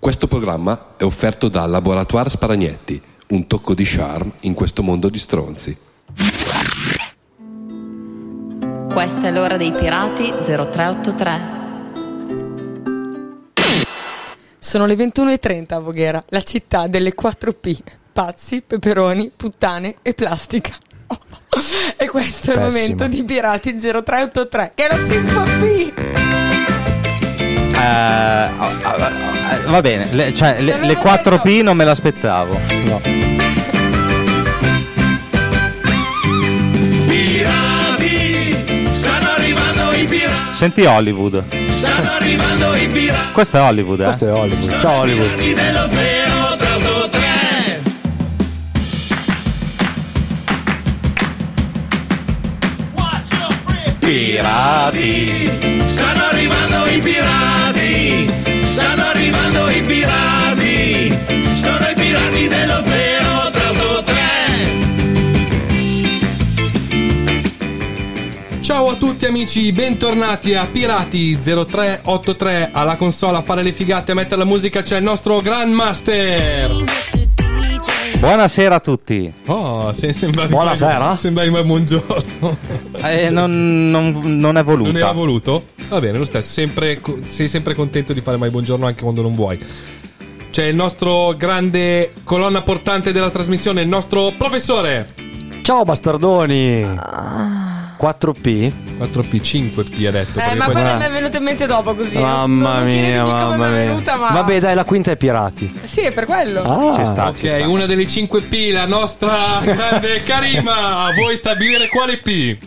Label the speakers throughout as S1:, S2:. S1: Questo programma è offerto da Laboratoire Sparagnetti, un tocco di charme in questo mondo di stronzi.
S2: Questa è l'ora dei pirati 0383.
S3: Sono le 21.30 a Voghera, la città delle 4P. Pazzi, peperoni, puttane e plastica. e questo è il
S4: Pessimo.
S3: momento di Pirati 0383, che è la 5P!
S4: Eh, ah, ah, ah, va bene, le, cioè, le,
S3: Non
S4: le
S3: l'avevo
S4: 4P non me l'aspettavo. No.
S5: Pirati! Stanno arrivando i pirati!
S4: Senti Hollywood.
S5: Stanno arrivando i pirati!
S4: Questo è Hollywood, eh.
S6: Questo è Hollywood.
S4: Ciao Hollywood.
S5: Pirati dello 0383! Pirati! Stanno arrivando i pirati! Stanno arrivando i pirati! Sono i pirati dello 0383!
S7: Ciao a tutti amici, bentornati a Pirati 0383 alla console a fare le figate e a mettere la musica c'è il nostro Grandmaster.
S4: Buonasera a tutti.
S7: Oh, se- sembra
S6: Buonasera.
S7: Sembra il buongiorno.
S4: Eh, non, non- non è voluta.
S7: Non era voluto? Va bene, lo stesso, sempre co- sei sempre contento di fare mai buongiorno anche quando non vuoi. C'è il nostro grande colonna portante della trasmissione, il nostro professore.
S6: Ciao bastardoni. 4P?
S7: 4P, 5P ha detto.
S3: Ah. Eh,
S7: perché
S3: ma
S7: poi-
S3: quella mi è venuta in mente dopo così.
S6: mamma
S3: non
S6: mia,
S3: chiedetemi come
S6: mamma
S3: mi è
S6: mia.
S3: venuta, ma...
S6: Vabbè, dai, la quinta è pirati.
S3: Sì, è per quello.
S6: Ah,
S4: Ci sta, ci
S7: Ok,
S4: sta.
S7: una delle 5P, la nostra grande Karima. Vuoi stabilire quale P?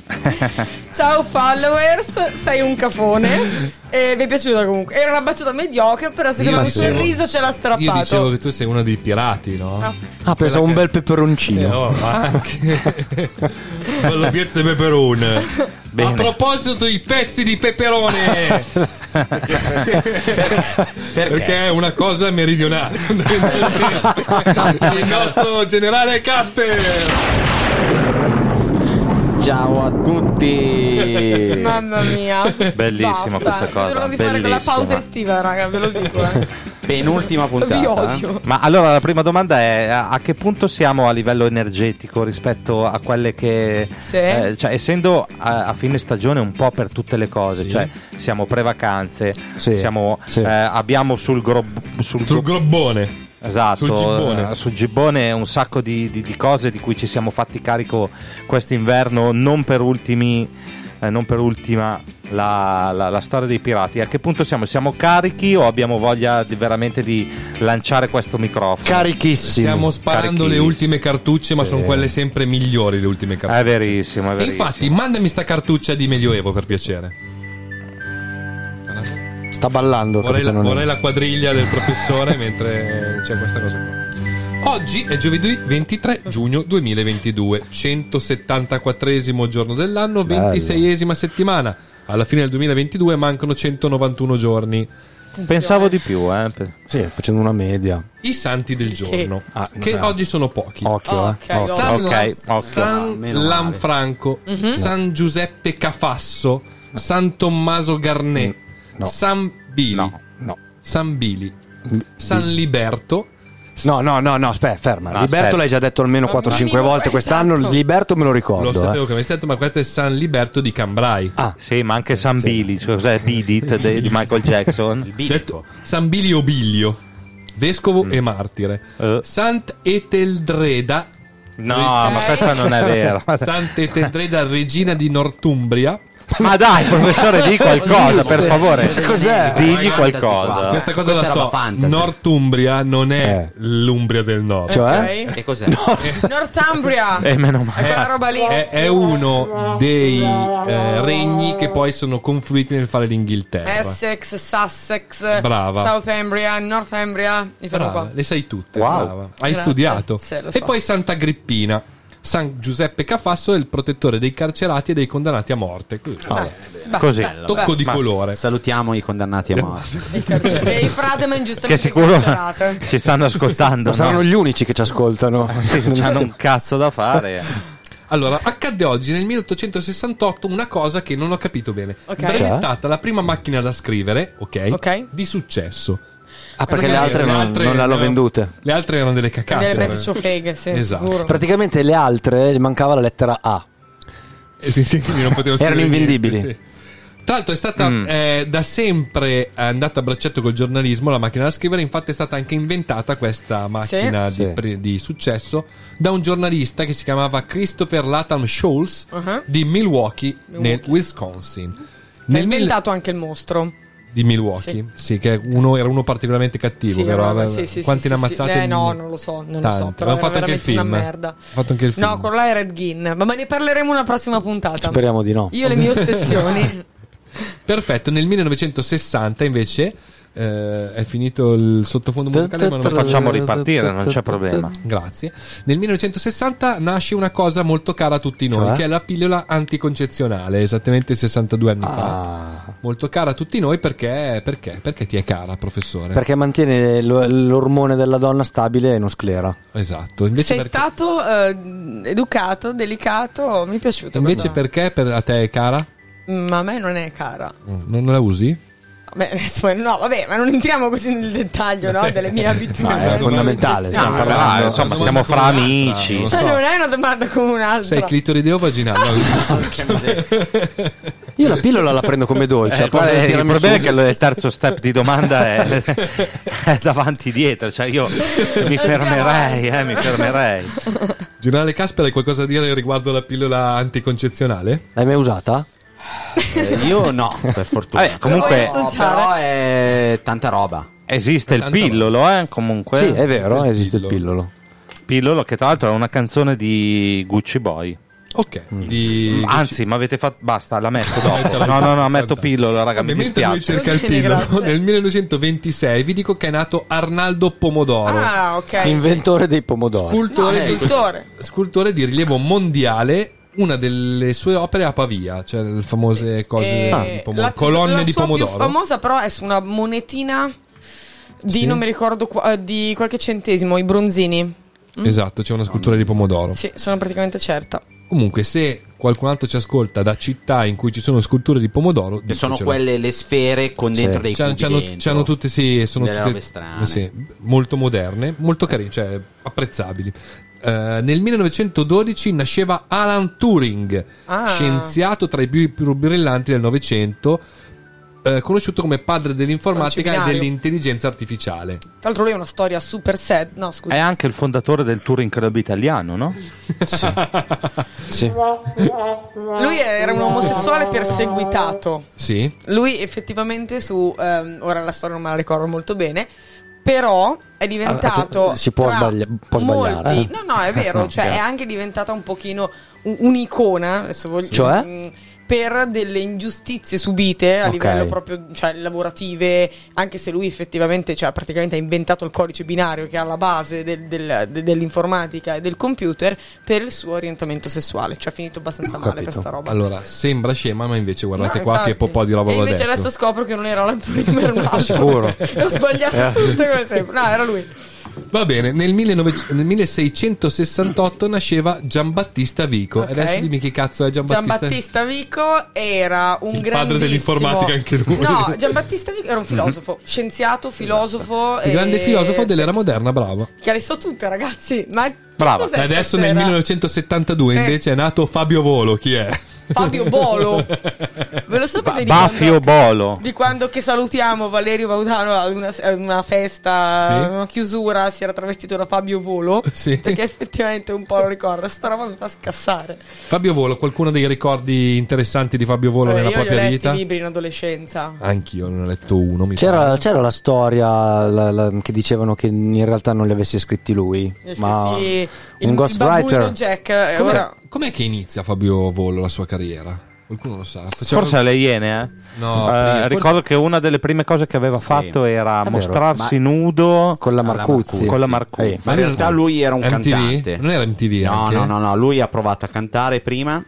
S3: Ciao followers, sei un cafone. e vi è piaciuta comunque. Era una battuta mediocre, però secondo
S7: Io
S3: me il
S7: dicevo-
S3: sorriso ce l'ha strappato.
S7: Io dicevo che tu sei uno dei pirati, no?
S3: Ah.
S6: Ah, pensavo un bel
S7: Eh,
S6: peperoncino. Ah,
S7: oh, ma anche con la piazza peperone.
S4: Bene.
S7: A proposito di pezzi di peperone, perché è una cosa meridionale. Il nostro generale Casper.
S8: Ciao a tutti!
S3: Mamma mia.
S4: Bellissima
S3: Basta.
S4: questa cosa,
S3: Dovremmo di fare quella
S4: bellissima.
S3: pausa estiva, raga, ve lo dico. Eh.
S8: Penultima puntata. eh.
S3: Vi odio.
S4: Ma allora la prima domanda è a a che punto siamo a livello energetico rispetto a quelle che...
S3: Sì.
S4: eh, cioè, essendo a, a fine stagione un po' per tutte le cose, cioè siamo pre-vacanze,
S6: Sì,
S4: siamo,
S6: sì.
S4: eh, abbiamo sul, grob, sul,
S7: Sul
S4: gro-
S7: grobbone.
S4: Esatto,
S7: Sul gibbone.
S4: eh, sul gibbone un sacco di, di- di cose di cui ci siamo fatti carico quest'inverno, non per ultimi. eh, non per ultima la, la- la storia dei pirati. A che punto siamo? Siamo carichi o abbiamo voglia di- veramente di lanciare questo microfono?
S6: Carichissimi.
S7: Stiamo sparando le
S4: Carichissimi.
S7: ultime cartucce, ma sono quelle sempre migliori le ultime cartucce.
S4: è verissimo, è
S7: E
S4: verissimo.
S7: infatti, mandami sta cartuccia di Medioevo per piacere.
S6: Sta ballando.
S7: Vorrei la,
S6: capitano Nemo.
S7: vorrei la quadriglia del professore mentre c'è questa cosa qua. Oggi è giovedì 23 giugno 2022, 174 giorno dell'anno, 26esima settimana. Alla fine del 2022 mancano 191 giorni.
S4: Pensavo di più, eh. pe-
S6: Sì, facendo una media.
S7: I santi del giorno,
S6: Ah,
S7: che
S6: vabbè.
S7: oggi sono pochi.
S6: Occhio,
S3: Ok,
S6: eh. Occhio.
S3: go.
S7: Ah, San,
S4: ok,
S7: Lan-
S4: ok.
S7: San Mhm.
S8: Ah, meno male.
S7: Lanfranco, San Giuseppe Cafasso, San Tommaso Garnet,
S6: Mm, no.
S7: San Bili,
S4: No.
S6: No. Mm,
S7: San Bili, San Liberto,
S6: No, no, no, no, aspetta, ferma.
S4: No,
S6: Liberto
S4: aspetta.
S6: l'hai già detto almeno
S3: Ma
S6: 4-5
S3: mio,
S6: volte quest'anno.
S3: esatto.
S6: Liberto me lo ricordo.
S7: Lo sapevo
S6: eh. Ah.
S7: che mi detto, ma questo è San Liberto di Cambrai.
S4: Sì, ma anche San Billy, cioè, cos'è Bidit di Michael Jackson?
S8: Il bidetto.
S7: Detto San Bilio Bilio. vescovo e martire.
S4: Mm. Eh.
S7: Sant'Eteldreda.
S4: No, ma questa non è vera.
S7: Sant'Eteldreda, regina di Northumbria.
S4: Ma dai, professore, di qualcosa, per favore.
S6: Cos'è?
S4: Digli
S8: qua.
S4: qualcosa.
S7: Questa cosa
S8: Questa è roba
S7: la so.
S8: fantasy.
S7: Northumbria non è
S6: Eh.
S7: l'Umbria del Nord.
S3: Eh,
S6: Cioè?
S7: eh?
S8: E cos'è?
S3: Northumbria.
S4: E Eh, meno
S3: È
S4: male.
S3: quella roba lì.
S7: È, è uno dei eh, regni che poi sono confluiti nel fare l'Inghilterra.
S3: Essex, Sussex,
S7: eh, Brava.
S3: Northumbria, Northumbria. Mi fermo
S7: Brava,
S3: qua.
S7: Ah, le sai tutte.
S4: Wow.
S7: brava. Hai
S3: Grazie.
S7: studiato.
S3: Sì, lo
S7: e
S3: so.
S7: poi Santa Agrippina. San Giuseppe Cafasso è il protettore dei carcerati e dei condannati a morte. Quindi, vabbè,
S3: Bah,
S4: Così.
S3: bah,
S7: Tocco
S3: bah.
S7: di colore.
S8: Salutiamo i condannati a morte.
S3: I carcer- e Cioè, i frate ma
S4: Che
S3: ingiustamente
S4: sicuro
S3: carcerate.
S4: ci stanno ascoltando.
S6: Ma eh. saranno
S4: no?
S6: gli unici che ci ascoltano.
S4: Ah, Sì, non hanno un cazzo da fare.
S7: Allora, accadde oggi nel 1868 una cosa che non ho capito bene.
S3: Ok.
S7: Brevettata la prima macchina da scrivere, ok?
S3: Ok.
S7: Di successo.
S6: Ah, perché
S7: Cosa vuol
S6: le altre
S7: dire?
S6: non, non le hanno
S7: erano-
S6: vendute.
S7: Le altre erano delle
S3: Delle
S7: cacate.
S3: mezzo feghe, sì,
S7: eh. Esatto.
S3: sicuro.
S6: Praticamente le altre gli mancava la lettera A.
S7: Eh, sì, sì, quindi non potevo
S6: Erano
S7: scrivere
S6: invendibili. Mm.
S7: niente, sì. Tra l'altro è stata eh, da sempre andata a braccetto col giornalismo la macchina da scrivere, infatti è stata anche inventata questa macchina
S6: Sì.
S7: Di, pre- di successo da un giornalista che si chiamava Christopher Latham Scholes
S3: Uh-huh.
S7: di Milwaukee, nel
S3: Milwaukee.
S7: Wisconsin.
S3: Ha
S7: Nel mille-
S3: inventato anche il mostro.
S7: di Milwaukee, sì, che è uno, era uno particolarmente cattivo,
S3: Sì,
S7: vero?
S3: vabbè,
S7: Aveva-
S3: sì, sì,
S7: Quanti
S3: sì,
S7: ne ha
S3: sì,
S7: ammazzati?
S3: sì. Eh, no, non lo so, non lo so.
S7: Tanti.
S3: Però
S7: Abbiamo fatto
S3: era
S7: anche il
S3: veramente
S7: film.
S3: una merda.
S7: Abbiamo fatto anche il film.
S3: No, quello là è Red Gin. Ma ma ne parleremo una prossima puntata.
S6: Speriamo di no.
S3: Io e le mie ossessioni.
S7: Perfetto, nel 1960 invece eh, è finito il sottofondo musicale, ma non
S4: Lo
S7: mi faccio
S4: facciamo ripartire, non c'è problema.
S7: Grazie. Nel 1960 nasce una cosa molto cara a tutti noi,
S6: Cioè?
S7: che è la pillola anticoncezionale, esattamente 62 anni fa.
S6: Ah.
S7: Molto cara a tutti noi perché, perché? Perché ti è cara, professore?
S6: Perché mantiene lo- l'ormone della donna stabile e non sclera.
S7: Esatto. Invece
S3: Sei
S7: perché,
S3: stato eh, educato, delicato, mi è piaciuto.
S7: invece
S3: questa- Mm,
S7: perché per- a te è cara?
S3: Ma a me non è cara.
S7: Mm, Non, non la usi?
S6: Eh,
S3: Vabbè, adesso- no, vabbè, ma non entriamo così nel dettaglio no, delle
S7: eh,
S3: mie abitudini.
S6: Ma è fondamentale. stiamo
S7: Ah,
S4: No,
S6: parlando-
S4: dai, insomma,
S7: Una domanda
S4: siamo fra
S7: con un'altra,
S4: amici.
S7: non
S3: Ma
S7: so.
S3: non è una domanda come
S7: Sei
S3: un'altra.
S7: clitorideo o vaginale? No,
S6: Ah, Io la pillola la prendo come dolce. poi
S4: Eh, guarda,
S6: la
S4: il
S6: tirami
S4: problema è
S6: su.
S4: che lo- il terzo step di domanda è, è eh, davanti dietro, cioè io mi fermerei, eh, mi fermerei.
S7: Generale Casper, hai qualcosa da dire riguardo la pillola anticoncezionale?
S6: L'hai mai usata?
S8: Eh, io no, per fortuna.
S4: Vabbè, comunque
S8: No, però
S3: eh.
S8: è tanta roba.
S4: esiste il
S7: Tanta
S4: pillolo, eh, comunque.
S6: Sì, è vero,
S7: il
S6: esiste il
S7: pillolo.
S6: pillolo.
S4: Pillolo che tra l'altro è una canzone di Gucci Boy. Mm.
S7: Ok.
S6: Mm.
S7: Di...
S4: Anzi, mi avete fatto basta, la metto dopo.
S7: Mettila.
S4: No, no, no, metto pillolo, raga, mi
S7: Vabbè, mentre lui
S4: dispiace.
S7: cerca il
S3: Bene,
S7: pillolo,
S3: grazie.
S7: nel 1926 vi dico che è nato Arnaldo Pomodoro,
S3: Ah, ok.
S6: Inventore dei pomodori.
S3: No,
S7: scultore, di,
S3: scultore.
S7: scultore di rilievo mondiale. Una delle sue opere a Pavia, cioè le famose cose,
S3: Eh,
S7: di pomodoro,
S3: la-
S7: colonne
S3: la
S7: di
S3: sua
S7: pomodoro.
S3: più famosa però è su una monetina di
S7: Sì.
S3: non mi ricordo qua- eh, di qualche centesimo, i bronzini.
S7: Esatto, c'è una scultura di pomodoro.
S3: Mm. Sì, sono praticamente certa.
S7: Comunque, se qualcun altro ci ascolta da città in cui ci sono sculture di pomodoro,
S8: Che sono
S7: ditecelo.
S8: quelle le sfere con dentro dei
S7: C'hanno,
S8: cubi
S7: c'hanno,
S8: dentro.
S7: c'hanno tutte, sì, sono
S8: Delle
S7: tutte
S8: robe strane.
S7: sì, molto moderne, molto carine, cioè apprezzabili. Eh, nel 1912 nasceva Alan Turing,
S3: Ah.
S7: scienziato tra i più, più brillanti del Novecento, eh, conosciuto come padre dell'informatica e
S3: Conciliario.
S7: dell'intelligenza artificiale.
S3: Tra l'altro lui è una storia super sad. No,
S4: È
S3: scusa.
S4: anche il fondatore del Touring Club italiano, no?
S6: Sì.
S3: Lui era un omosessuale perseguitato.
S7: Sì,
S3: Lui effettivamente su ehm, ora la storia non me la ricordo molto bene, però è diventato
S6: Allora, Ah, eh, si può
S3: tra
S6: sbaglia- può
S3: molti-
S6: sbagliare, eh.
S3: No, no, è vero, cioè è anche diventata un pochino un- un'icona, adesso voglio
S6: Cioè?
S3: mh, per delle ingiustizie subite a
S6: Ok.
S3: livello proprio cioè, lavorative, anche se lui effettivamente cioè, praticamente ha inventato il codice binario che è alla base del- del- de- dell'informatica e del computer per il suo orientamento sessuale. Cioè ha finito abbastanza
S6: Ho
S3: male
S6: capito.
S3: questa roba.
S7: allora sembra scema, ma invece guardate
S3: No,
S7: qua
S3: infatti.
S7: che popò di roba
S3: E
S7: va
S3: invece
S7: detto.
S3: adesso scopro che non era Alan Turing, ma era un altro.
S6: Sicuro. Eh.
S3: Ho sbagliato tutto come sempre. No, era lui.
S7: Va bene, nel, 1900 nel 1668 nasceva Giambattista Vico.
S3: Ok.
S7: Adesso dimmi chi cazzo è Giambattista Vico.
S3: Giambattista Vico era un
S7: Il
S3: grandissimo
S7: padre dell'informatica anche lui. Mhm. Esatto.
S3: No, Giambattista Vico era un filosofo, scienziato, filosofo
S7: Il
S3: e-
S7: grande filosofo
S3: sì,
S7: dell'era moderna, bravo.
S3: Che le so tutte, ragazzi. Ma che
S4: Brava.
S3: cos'è
S7: E adesso nel
S3: stasera?
S7: 1972
S3: Sì.
S7: invece è nato Fabio Volo, chi è?
S3: Fabio Bolo. Ve lo sapete
S4: Ba-
S3: di
S4: Bafio
S3: quando-
S4: Bolo.
S3: Di quando che salutiamo Valerio Baudano ad una, a una festa,
S7: Sì.
S3: a una chiusura, si era travestito da Fabio Volo.
S7: Sì.
S3: Perché effettivamente un po' lo ricordo. Sta roba mi fa scassare.
S7: Fabio Volo, qualcuno dei ricordi interessanti di Fabio Volo
S3: Eh,
S7: nella
S3: io gli ho
S7: propria
S3: letti
S7: vita?
S3: libri in adolescenza.
S7: Anch'io ne ho letto uno. Mi
S6: C'era,
S7: pare.
S6: c'era la storia la- la- che dicevano che in realtà non li avesse scritti lui,
S3: Gli ho
S6: ma
S3: scritti
S6: un
S3: il
S6: ghostwriter.
S3: Bambino Jack. e
S7: Com'è,
S3: ora-
S7: com'è che inizia Fabio Volo la sua carriera? Qualcuno lo sa? Faceva-
S4: Forse le Iene, eh?
S7: No,
S4: Eh,
S7: prima, forse-
S4: Ricordo che una delle prime cose che aveva fatto era
S6: vero,
S4: mostrarsi nudo
S6: con la Marcuzzi.
S4: con la Marcuzzi.
S6: Eh,
S8: Ma in realtà lui era un
S7: MTV?
S8: cantante.
S7: Non era MTV
S8: No,
S7: anche?
S8: no, no, no, lui ha provato a cantare prima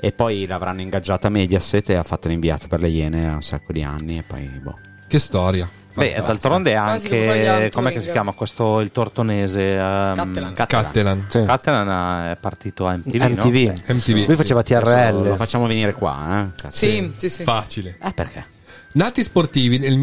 S8: e poi l'avranno ingaggiata a Mediaset e ha fatto l'inviata per le Iene a un sacco di anni e poi boh.
S7: Che storia.
S4: Beh,
S7: Fantastica.
S4: d'altronde
S3: Quasi come gli
S4: anche
S3: Altoring.
S4: com'è che si chiama questo il tortonese ehm,
S3: Cattelan.
S7: Cattelan.
S6: sì.
S4: Cattelan ah, è partito a MTV, no?
S6: MTV.
S7: MTV.
S6: Lui faceva
S8: Adesso Lo, lo
S6: TRL.
S8: facciamo venire qua, eh? Cazzo.
S3: Sì, sì, sì.
S7: Facile.
S8: Eh, perché?
S7: Nati sportivi, nel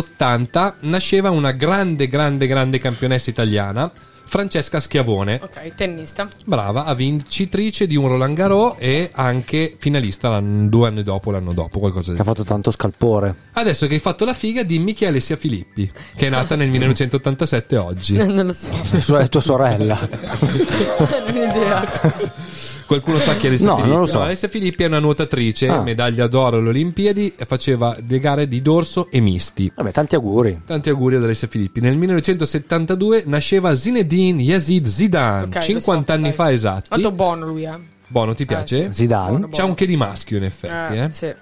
S7: 1980 nasceva una grande, grande, grande campionessa italiana, Francesca Schiavone.
S3: Ok, tennista.
S7: Brava, a vincitrice di un Roland Garros e anche finalista l'anno- due anni dopo, l'anno dopo, qualcosa
S6: Che ha
S7: del
S6: fatto tanto scalpore.
S7: Adesso che hai fatto la figa, dimmi chi è Alessia Filippi, che è nata nel 1987 oggi.
S3: Non lo so,
S6: Sua- è tua sorella.
S3: non ho idea.
S7: Qualcuno sa chi è Alessia
S6: No,
S7: Filippi?
S6: non lo so.
S7: Alessia Filippi è una nuotatrice,
S6: Ah.
S7: medaglia d'oro alle Olimpiadi, e faceva le gare di dorso e misti.
S6: Vabbè, tanti auguri.
S7: Tanti auguri ad Alessia Filippi. Nel 1972 nasceva Zinedine Yazid Zidane,
S3: Ok, lo
S7: 50
S3: so,
S7: anni
S3: dai.
S7: fa esatti.
S3: Quanto buono lui, eh.
S7: Bono, ti piace?
S3: Eh, sì.
S6: Zidane.
S7: C'è un che di maschio in effetti, eh.
S3: Eh, sì.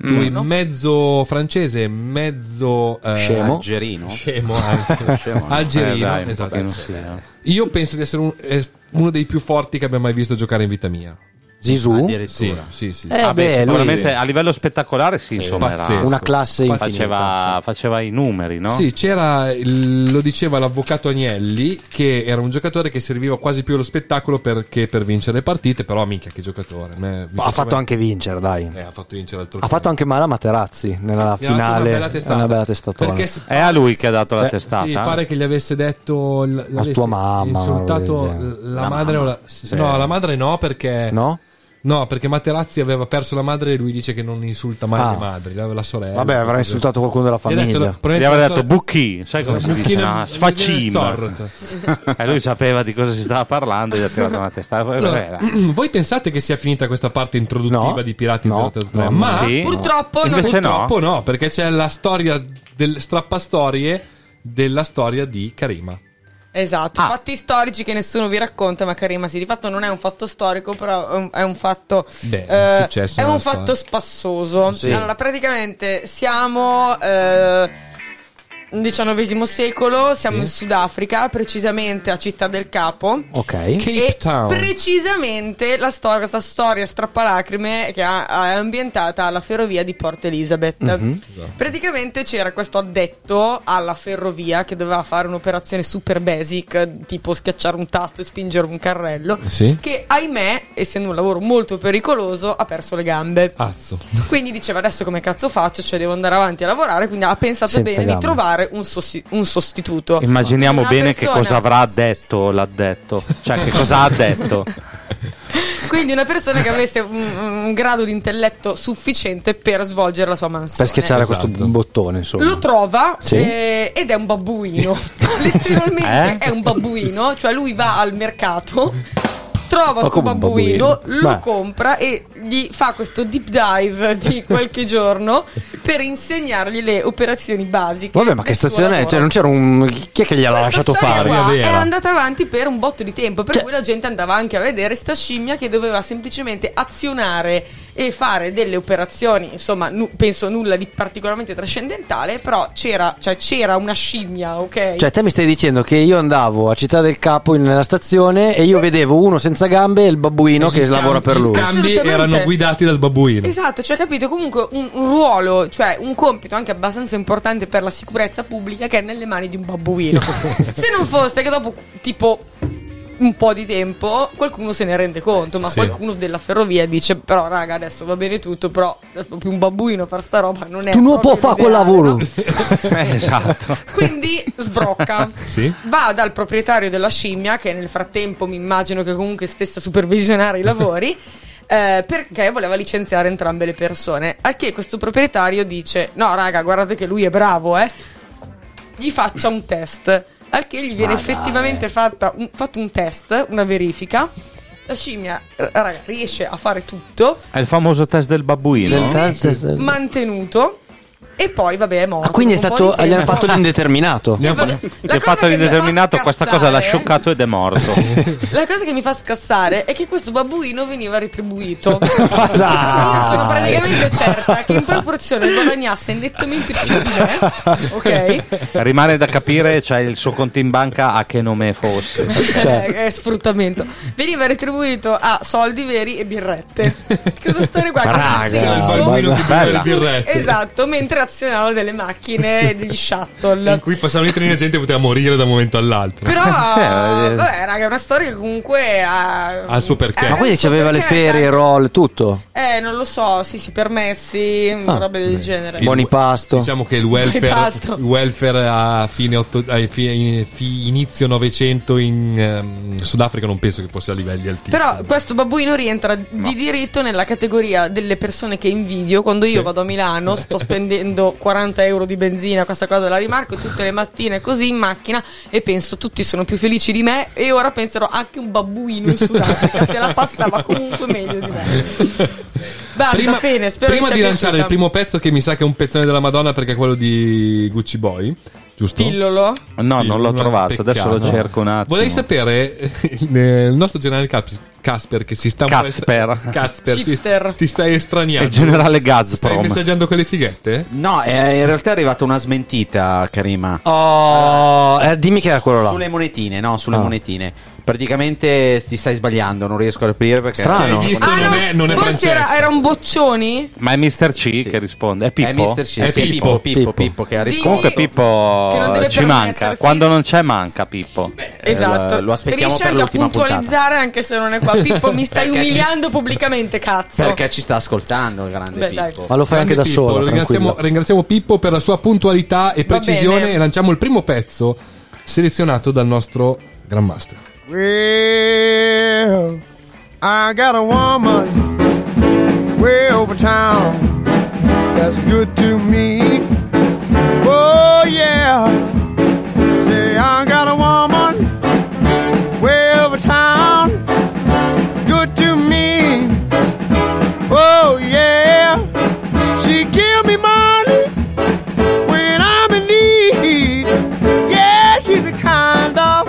S7: Lui mezzo francese, mezzo eh,
S6: Scemo.
S8: Algerino?
S7: scemo anche.
S8: Scemo, no?
S7: Algerino,
S4: Eh, dai,
S7: esatto.
S4: infatti non sia.
S7: Io penso di essere un- eh, uno dei più forti che abbia mai visto giocare in vita mia.
S6: Zisù.
S7: Sì,
S8: Addirittura.
S7: sì, sì.
S6: Eh,
S4: Ah, beh,
S6: beh, lui-
S4: sicuramente a livello spettacolare sì, insomma, era-
S7: pazzesco.
S6: Una classe
S7: Pazzesco.
S6: infinita.
S4: faceva, faceva i numeri, no?
S7: Sì, c'era, il- lo diceva l'avvocato Agnelli, che era un giocatore che serviva quasi più allo spettacolo perché per vincere le partite, però minchia che giocatore. a me- mi
S6: Ha
S7: piaceva-
S6: fatto anche vincere, dai.
S7: diciamo Eh, ha fatto vincere altro.
S6: Ha fatto anche male a Materazzi nella finale. Una bella testatona.
S7: Perché s-
S4: È a lui che ha dato la
S6: Sì,
S4: testata. eh?
S7: Sì, pare che gli avesse detto l- l'avesse
S6: tua mamma,
S7: insultato
S6: una roba del
S7: la, madre o la- No, la madre no perché
S6: No?
S7: No, perché Materazzi aveva perso la madre e lui dice che non insulta mai
S6: Ah.
S7: le madri, la, la sorella.
S6: Vabbè, avrà insultato qualcuno della
S7: Eh, Gli ha detto-
S6: famiglia.
S7: probabilmente
S4: Gli aveva
S7: la
S4: detto
S7: sorella-
S4: bucchi, sai come si dice?
S7: Bucchino-
S4: No? Sfacim.
S7: Sorrent.
S4: E lui sapeva di cosa si stava parlando e gli ha tirato una testata.
S7: Allora,
S4: Era-
S7: voi pensate che sia finita questa parte introduttiva
S6: No.
S7: di Pirati in
S6: No.
S7: 083?
S6: No.
S7: ma
S4: Sì.
S3: Purtroppo non-
S4: Invece
S7: purtroppo no. perché c'è la storia del strappastorie della storia di Karima.
S3: Esatto,
S6: Ah.
S3: fatti storici che nessuno vi racconta, ma Karima sì, di fatto non è un fatto storico, però è un, è un fatto eh,
S7: Beh, è un successo
S3: è
S7: nella
S3: un
S7: storia.
S3: fatto spassoso. Allora, praticamente siamo eh, nel XIX secolo, siamo
S7: Sì.
S3: in Sudafrica, precisamente a Città del Capo.
S6: Ok.
S7: Cape
S3: E
S7: Town.
S3: precisamente la storia, questa storia strappalacrime che ha- ha- è ambientata alla ferrovia di Port Elizabeth.
S7: Mhm.
S3: Praticamente c'era questo addetto alla ferrovia che doveva fare un'operazione super basic, tipo schiacciare un tasto e spingere un carrello,
S7: Eh, Sì.
S3: che ahimè, essendo un lavoro molto pericoloso, ha perso le gambe.
S7: Azzo.
S3: Quindi diceva adesso come cazzo faccio, cioè devo andare avanti a lavorare, quindi ha pensato
S6: Senza
S3: bene di
S6: gambe.
S3: trovare un, sosti- un sostituto.
S4: Immaginiamo
S3: Esatto. Una
S4: bene che
S3: persona-
S4: cosa avrà detto l'addetto. Cioè, che cosa ha detto.
S3: Quindi una persona che avesse un, un grado di intelletto sufficiente per svolgere la sua mansione.
S6: Per schiacciare
S7: Esatto.
S6: questo bottone, insomma.
S3: Lo trova
S6: Sì.
S3: eh, ed è un babbuino. Letteralmente
S4: Eh?
S3: è un babbuino, cioè lui va al mercato. Trova
S6: Ma
S3: sto
S6: come un
S3: babbuino,
S6: babbuino?
S3: lo
S6: Beh.
S3: compra e gli fa questo deep dive di qualche giorno per insegnargli le operazioni basiche.
S6: Vabbè, ma che
S3: del suo
S6: stazione è?
S3: lavoro.
S6: Cioè, non c'era un. Chi è che gliel'ha
S3: Questa
S6: lasciato
S3: storia
S6: fare?
S3: qua
S7: Vera.
S3: era andata avanti per un botto di tempo, per
S6: Cioè-
S3: cui la gente andava anche a vedere sta scimmia che doveva semplicemente azionare e fare delle operazioni, insomma, nu- penso nulla di particolarmente trascendentale, però c'era, cioè, c'era una scimmia, ok?
S6: Cioè, te mi stai dicendo che io andavo a Città del Capo in- nella stazione e io vedevo uno senza gambe e il babbuino che
S7: Gli scambi-
S6: lavora per
S7: gli
S6: lui.
S7: scambi
S3: Assolutamente.
S7: erano guidati dal babbuino.
S3: Esatto, cioè capito comunque un, un ruolo, cioè un compito anche abbastanza importante per la sicurezza pubblica che è nelle mani di un babbuino. Se non fosse che dopo tipo un po' di tempo qualcuno se ne rende conto, ma
S7: Sì.
S3: qualcuno della ferrovia dice però raga adesso va bene tutto, però più un babbuino a far sta roba non è...
S6: Tu non
S3: proprio
S6: puoi fare quel
S3: l'ideale,
S6: lavoro.
S3: no?
S4: Eh, esatto.
S3: Quindi sbrocca.
S7: Sì.
S3: Va dal proprietario della scimmia, che nel frattempo mi immagino che comunque stesse a supervisionare i lavori. eh, perché voleva licenziare entrambe le persone. A che questo proprietario dice: No, raga, guardate che lui è bravo, eh. Gli faccia un test. Al che gli viene
S6: Ma dai.
S3: effettivamente fatta un- fatto un test, una verifica. La scimmia, r- raga, riesce a fare tutto.
S4: È il famoso test del babbuino.
S6: Del-
S3: Invece,
S6: test-
S3: mantenuto. E poi, vabbè, è morto.
S6: Ah, quindi è
S3: dopo un po'
S6: stato,
S3: di
S6: gli hanno
S3: tempo.
S6: fatto l'indeterminato.
S3: E vabbè, la
S4: Che fatto
S3: cosa che mi fa
S4: l'indeterminato, questa cosa l'ha
S3: scassare-
S4: scioccato ed è morto.
S3: La cosa che mi fa scassare è che questo babbuino veniva retribuito. Io
S6: dai.
S3: sono praticamente certa che in proporzione guadagnasse nettamente più di me. Ok?
S4: Rimane da capire, cioè il suo conto in banca a che nome fosse.
S6: Cioè.
S3: Eh, sfruttamento. Veniva retribuito a soldi veri e birrette. Questa storia qua che
S6: Raga,
S7: C'era
S3: ha
S7: il
S6: Ah,
S3: senso.
S7: bambino che
S4: bella.
S7: beve le birrette.
S3: Esatto, mentre azionava delle macchine e degli
S7: In
S3: shuttle.
S7: cui passavano i treni e la gente poteva morire da un momento all'altro.
S6: Eh,
S3: Però,
S6: cioè,
S4: Sì, voglio dire.
S3: vabbè, raga, è una storia che comunque ha.
S7: Ha il suo perché.
S3: Eh,
S6: Ma Ah, quindi
S3: il suo
S6: c'aveva le
S3: perché,
S6: ferie, i
S3: cioè-
S6: roll, tutto.
S3: Eh, non lo so, sì, sì, permessi, roba del genere.
S7: Il-
S6: Buoni pasto.
S7: Diciamo che il
S3: Il
S7: welfare,
S3: pasto.
S7: il welfare a fine otto- ai fi- fi- inizio Novecento in ehm, Sudafrica non penso che fosse a livelli altissimi.
S3: Però questo babbuino rientra di diritto nella categoria delle persone che invidio. Quando io
S7: Sì.
S3: vado a Milano, sto spendendo 40 euro di benzina, questa cosa la rimarco tutte le mattine così in macchina e penso tutti sono più felici di me e ora penserò anche un babbuino in Sudafrica se la passava comunque meglio di me. Basta, fine, spero
S7: prima
S3: vi
S7: di
S3: sia
S7: lanciare
S3: piaciuta.
S7: il primo pezzo che mi sa che è un pezzone della Madonna perché è quello di Gucci Boy, giusto?
S3: pillolo.
S4: No, non l'ho
S7: Pillola,
S4: trovato,
S7: peccato.
S4: adesso lo cerco un attimo.
S7: Vorrei sapere eh, il, eh, il nostro generale Caps- Casper che si sta un
S4: Casper.
S7: po' est- Casper, si-
S3: Chipster.
S7: ti stai estraniando.
S4: Il generale
S7: Stai
S4: Gazprom.
S7: messaggiando con le fighette?
S8: No, eh, in realtà è arrivata una smentita, Karima.
S6: Oh, eh, dimmi che era quello là.
S8: Sulle monetine, no, sulle
S6: Ah.
S8: monetine. Praticamente ti stai sbagliando, non riesco a aprire perché...
S6: Strano. Ah, no.
S7: Hai visto? non, è, non è
S3: forse era,
S7: Francesco.
S3: era un boccioni?
S4: Ma è Mr. C
S8: Sì.
S4: che risponde. È Pippo.
S8: È Mr. C,
S7: È
S8: sì, Pippo,
S7: Pippo.
S8: Pippo, Pippo,
S6: Pippo.
S8: che ha
S3: Dimmi-
S8: risposto.
S4: Comunque Pippo
S3: Che non deve
S4: ci manca.
S3: permettersi.
S4: Quando non c'è manca Pippo.
S8: Eh,
S3: Esatto,
S8: lo- lo aspettiamo
S3: riesci
S8: per
S3: anche a
S8: l'ultima puntata.
S3: puntualizzare anche se non è qua. Pippo, mi stai
S8: Perché ci-
S3: umiliando pubblicamente, cazzo.
S8: Perché ci sta ascoltando il grande
S3: Beh, dai.
S8: Pippo.
S6: Ma lo fai anche
S7: Grande
S6: da
S7: Pippo,
S6: solo.
S7: lo Ringraziamo,
S6: tranquillo.
S7: ringraziamo Pippo per la sua puntualità e
S3: Va
S7: precisione
S3: bene.
S7: e lanciamo il primo pezzo selezionato dal nostro Grandmaster.
S9: Well, I got a woman way over town that's good to me. Oh, yeah. Say, I got a woman way over town, good to me. Oh, yeah. She give me money when I'm in need. Yeah, she's a kind of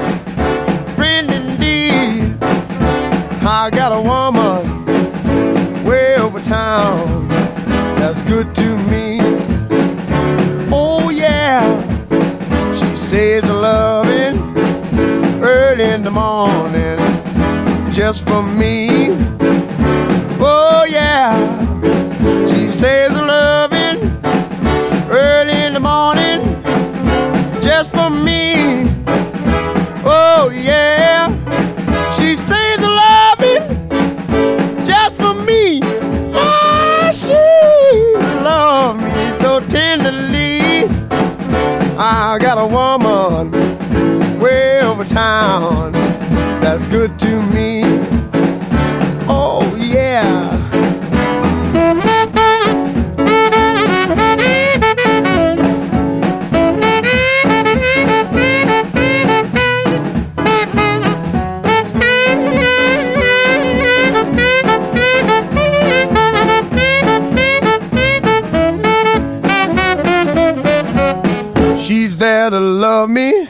S9: friend indeed. I got a woman way over town that's good to me. Oh yeah, she says loving early in the morning just for me. Oh yeah, she says loving early in the morning just for me. Oh yeah, she sings a loving just for me. Yeah, she loves me so tenderly. I got a woman way over town that's good to me. Oh yeah. She's there to love me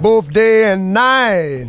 S9: both day and night.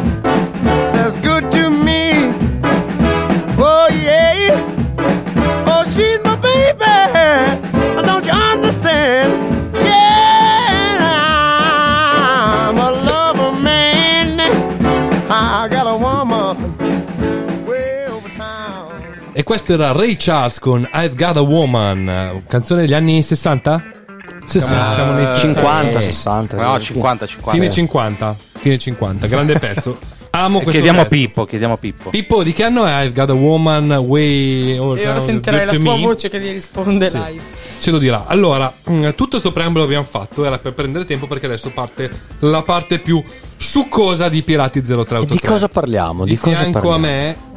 S9: that's good to me. Oh yeah, oh she's my baby. Don't you understand? Yeah, I'm a lover man. I got a woman way over town.
S7: E Questo era Ray Charles con I've Got a Woman, canzone degli anni 60? Siamo- siamo nei Eh,
S8: 50,
S6: 60.
S4: No, 50, 50.
S7: Fine 50, fine 50, grande pezzo. Amo questo
S4: Eh, Chiediamo a
S7: pezzo.
S4: Pippo, chiediamo a Pippo.
S7: Pippo, di che anno è I've Got a Woman Way Over
S3: E ora
S7: Town?
S3: sentirai la
S7: Good to
S3: sua
S7: Me?
S3: voce che gli risponde
S7: Sì.
S3: live.
S7: Ce lo dirà. Allora, mh, tutto sto preambolo che abbiamo fatto era per prendere tempo perché adesso parte la parte più succosa di Pirati 0383.
S6: Di cosa parliamo? Di,
S7: Di
S6: cosa
S7: fianco
S6: parliamo?
S7: a me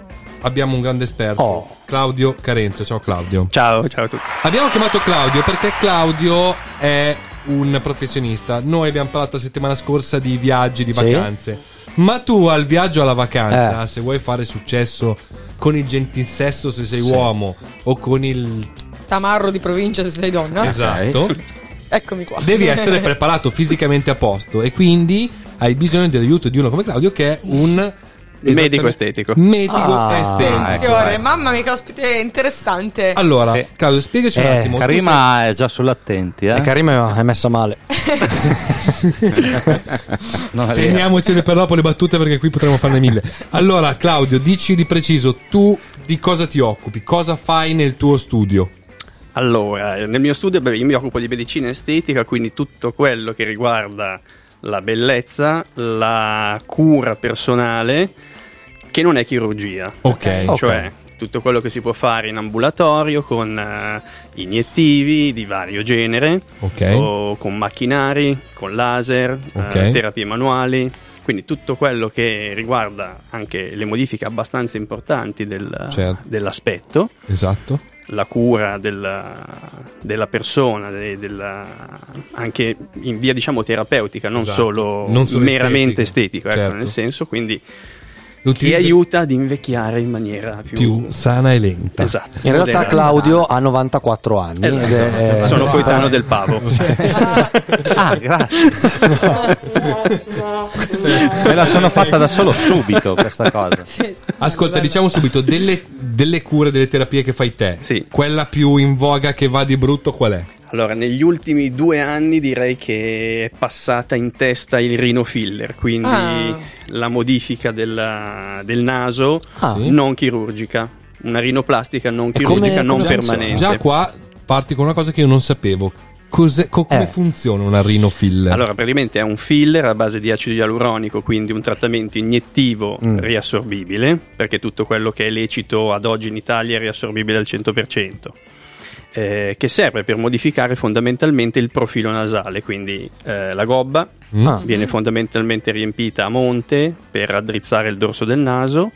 S7: abbiamo un grande esperto,
S6: Oh.
S7: Claudio Carenzo. Ciao Claudio.
S10: Ciao, ciao a tutti.
S7: Abbiamo chiamato Claudio perché Claudio è un professionista. Noi abbiamo parlato la settimana scorsa di viaggi, di
S6: Sì.
S7: vacanze. Ma tu al viaggio alla vacanza,
S6: Eh.
S7: se vuoi fare successo con il gentinsesso se sei uomo o con il
S3: Tamarro di provincia se sei
S6: Ah,
S3: donna.
S7: esatto,
S3: Eccomi qua.
S7: devi essere preparato fisicamente a posto e quindi hai bisogno dell'aiuto di uno come Claudio che è un
S10: Medico estetico.
S7: Medico
S6: Ah,
S4: ecco,
S7: estetico.
S3: Signore, mamma mia, caspita, è interessante.
S7: Allora, Claudio, spiegaci un
S6: Eh,
S7: attimo. tu
S4: Karima è già sull'attenti, eh?
S6: Eh, Karim è messa male.
S8: No, è
S7: sei-
S8: vero.
S7: Teniamocene per dopo le battute perché qui potremmo farne mille. Allora, Claudio, dici di preciso tu di cosa ti occupi, cosa fai nel tuo studio.
S10: Allora, nel mio studio beh, io mi occupo di medicina estetica, quindi tutto quello che riguarda la bellezza, la cura personale, che non è chirurgia.
S7: Ok.
S10: Cioè, tutto quello che si può fare in ambulatorio con eh, iniettivi di vario genere,
S7: Ok.
S10: o con macchinari, con laser, eh,
S7: Ok.
S10: terapie manuali. Quindi tutto quello che riguarda anche le modifiche abbastanza importanti del-
S7: Certo.
S10: dell'aspetto
S7: Esatto.
S10: la cura della, della persona, de- della- anche in via diciamo terapeutica, non,
S7: Esatto.
S10: solo,
S7: Non solo
S10: meramente estetica,
S7: estetico.
S10: ecco,
S7: Certo.
S10: nel senso quindi ti
S7: L'utilizzo
S10: aiuta ad invecchiare in maniera più,
S7: più sana e lenta.
S10: esatto.
S6: In realtà
S10: moderna.
S6: Claudio ha 94 anni.
S10: Esatto,
S6: ed è-
S10: esatto. sono coetaneo del pavo.
S4: Ah, grazie. Me la sono fatta da solo subito questa cosa.
S7: Ascolta, diciamo subito delle, delle cure, delle terapie che fai te.
S10: Sì.
S7: Quella più in voga che va di brutto qual è?
S10: Allora, negli ultimi due anni direi che è passata in testa il rino filler, quindi
S3: Ah.
S10: la modifica della- del naso
S6: Ah.
S7: Sì.
S10: non chirurgica, una rinoplastica non chirurgica,
S6: come-
S10: non
S6: come funziona?
S10: permanente.
S7: Già qua parti con una cosa che io non sapevo. Cos'è- co- come
S6: Eh.
S7: funziona una rinofiller?
S10: Allora, praticamente è un filler a base di acido ialuronico, quindi un trattamento iniettivo
S6: Mm.
S10: riassorbibile, perché tutto quello che è lecito ad oggi in Italia è riassorbibile al 100%, eh, che serve per modificare fondamentalmente il profilo nasale, quindi eh, la gobba
S7: Mm?
S6: Ah.
S10: viene fondamentalmente riempita a monte per raddrizzare il dorso del naso.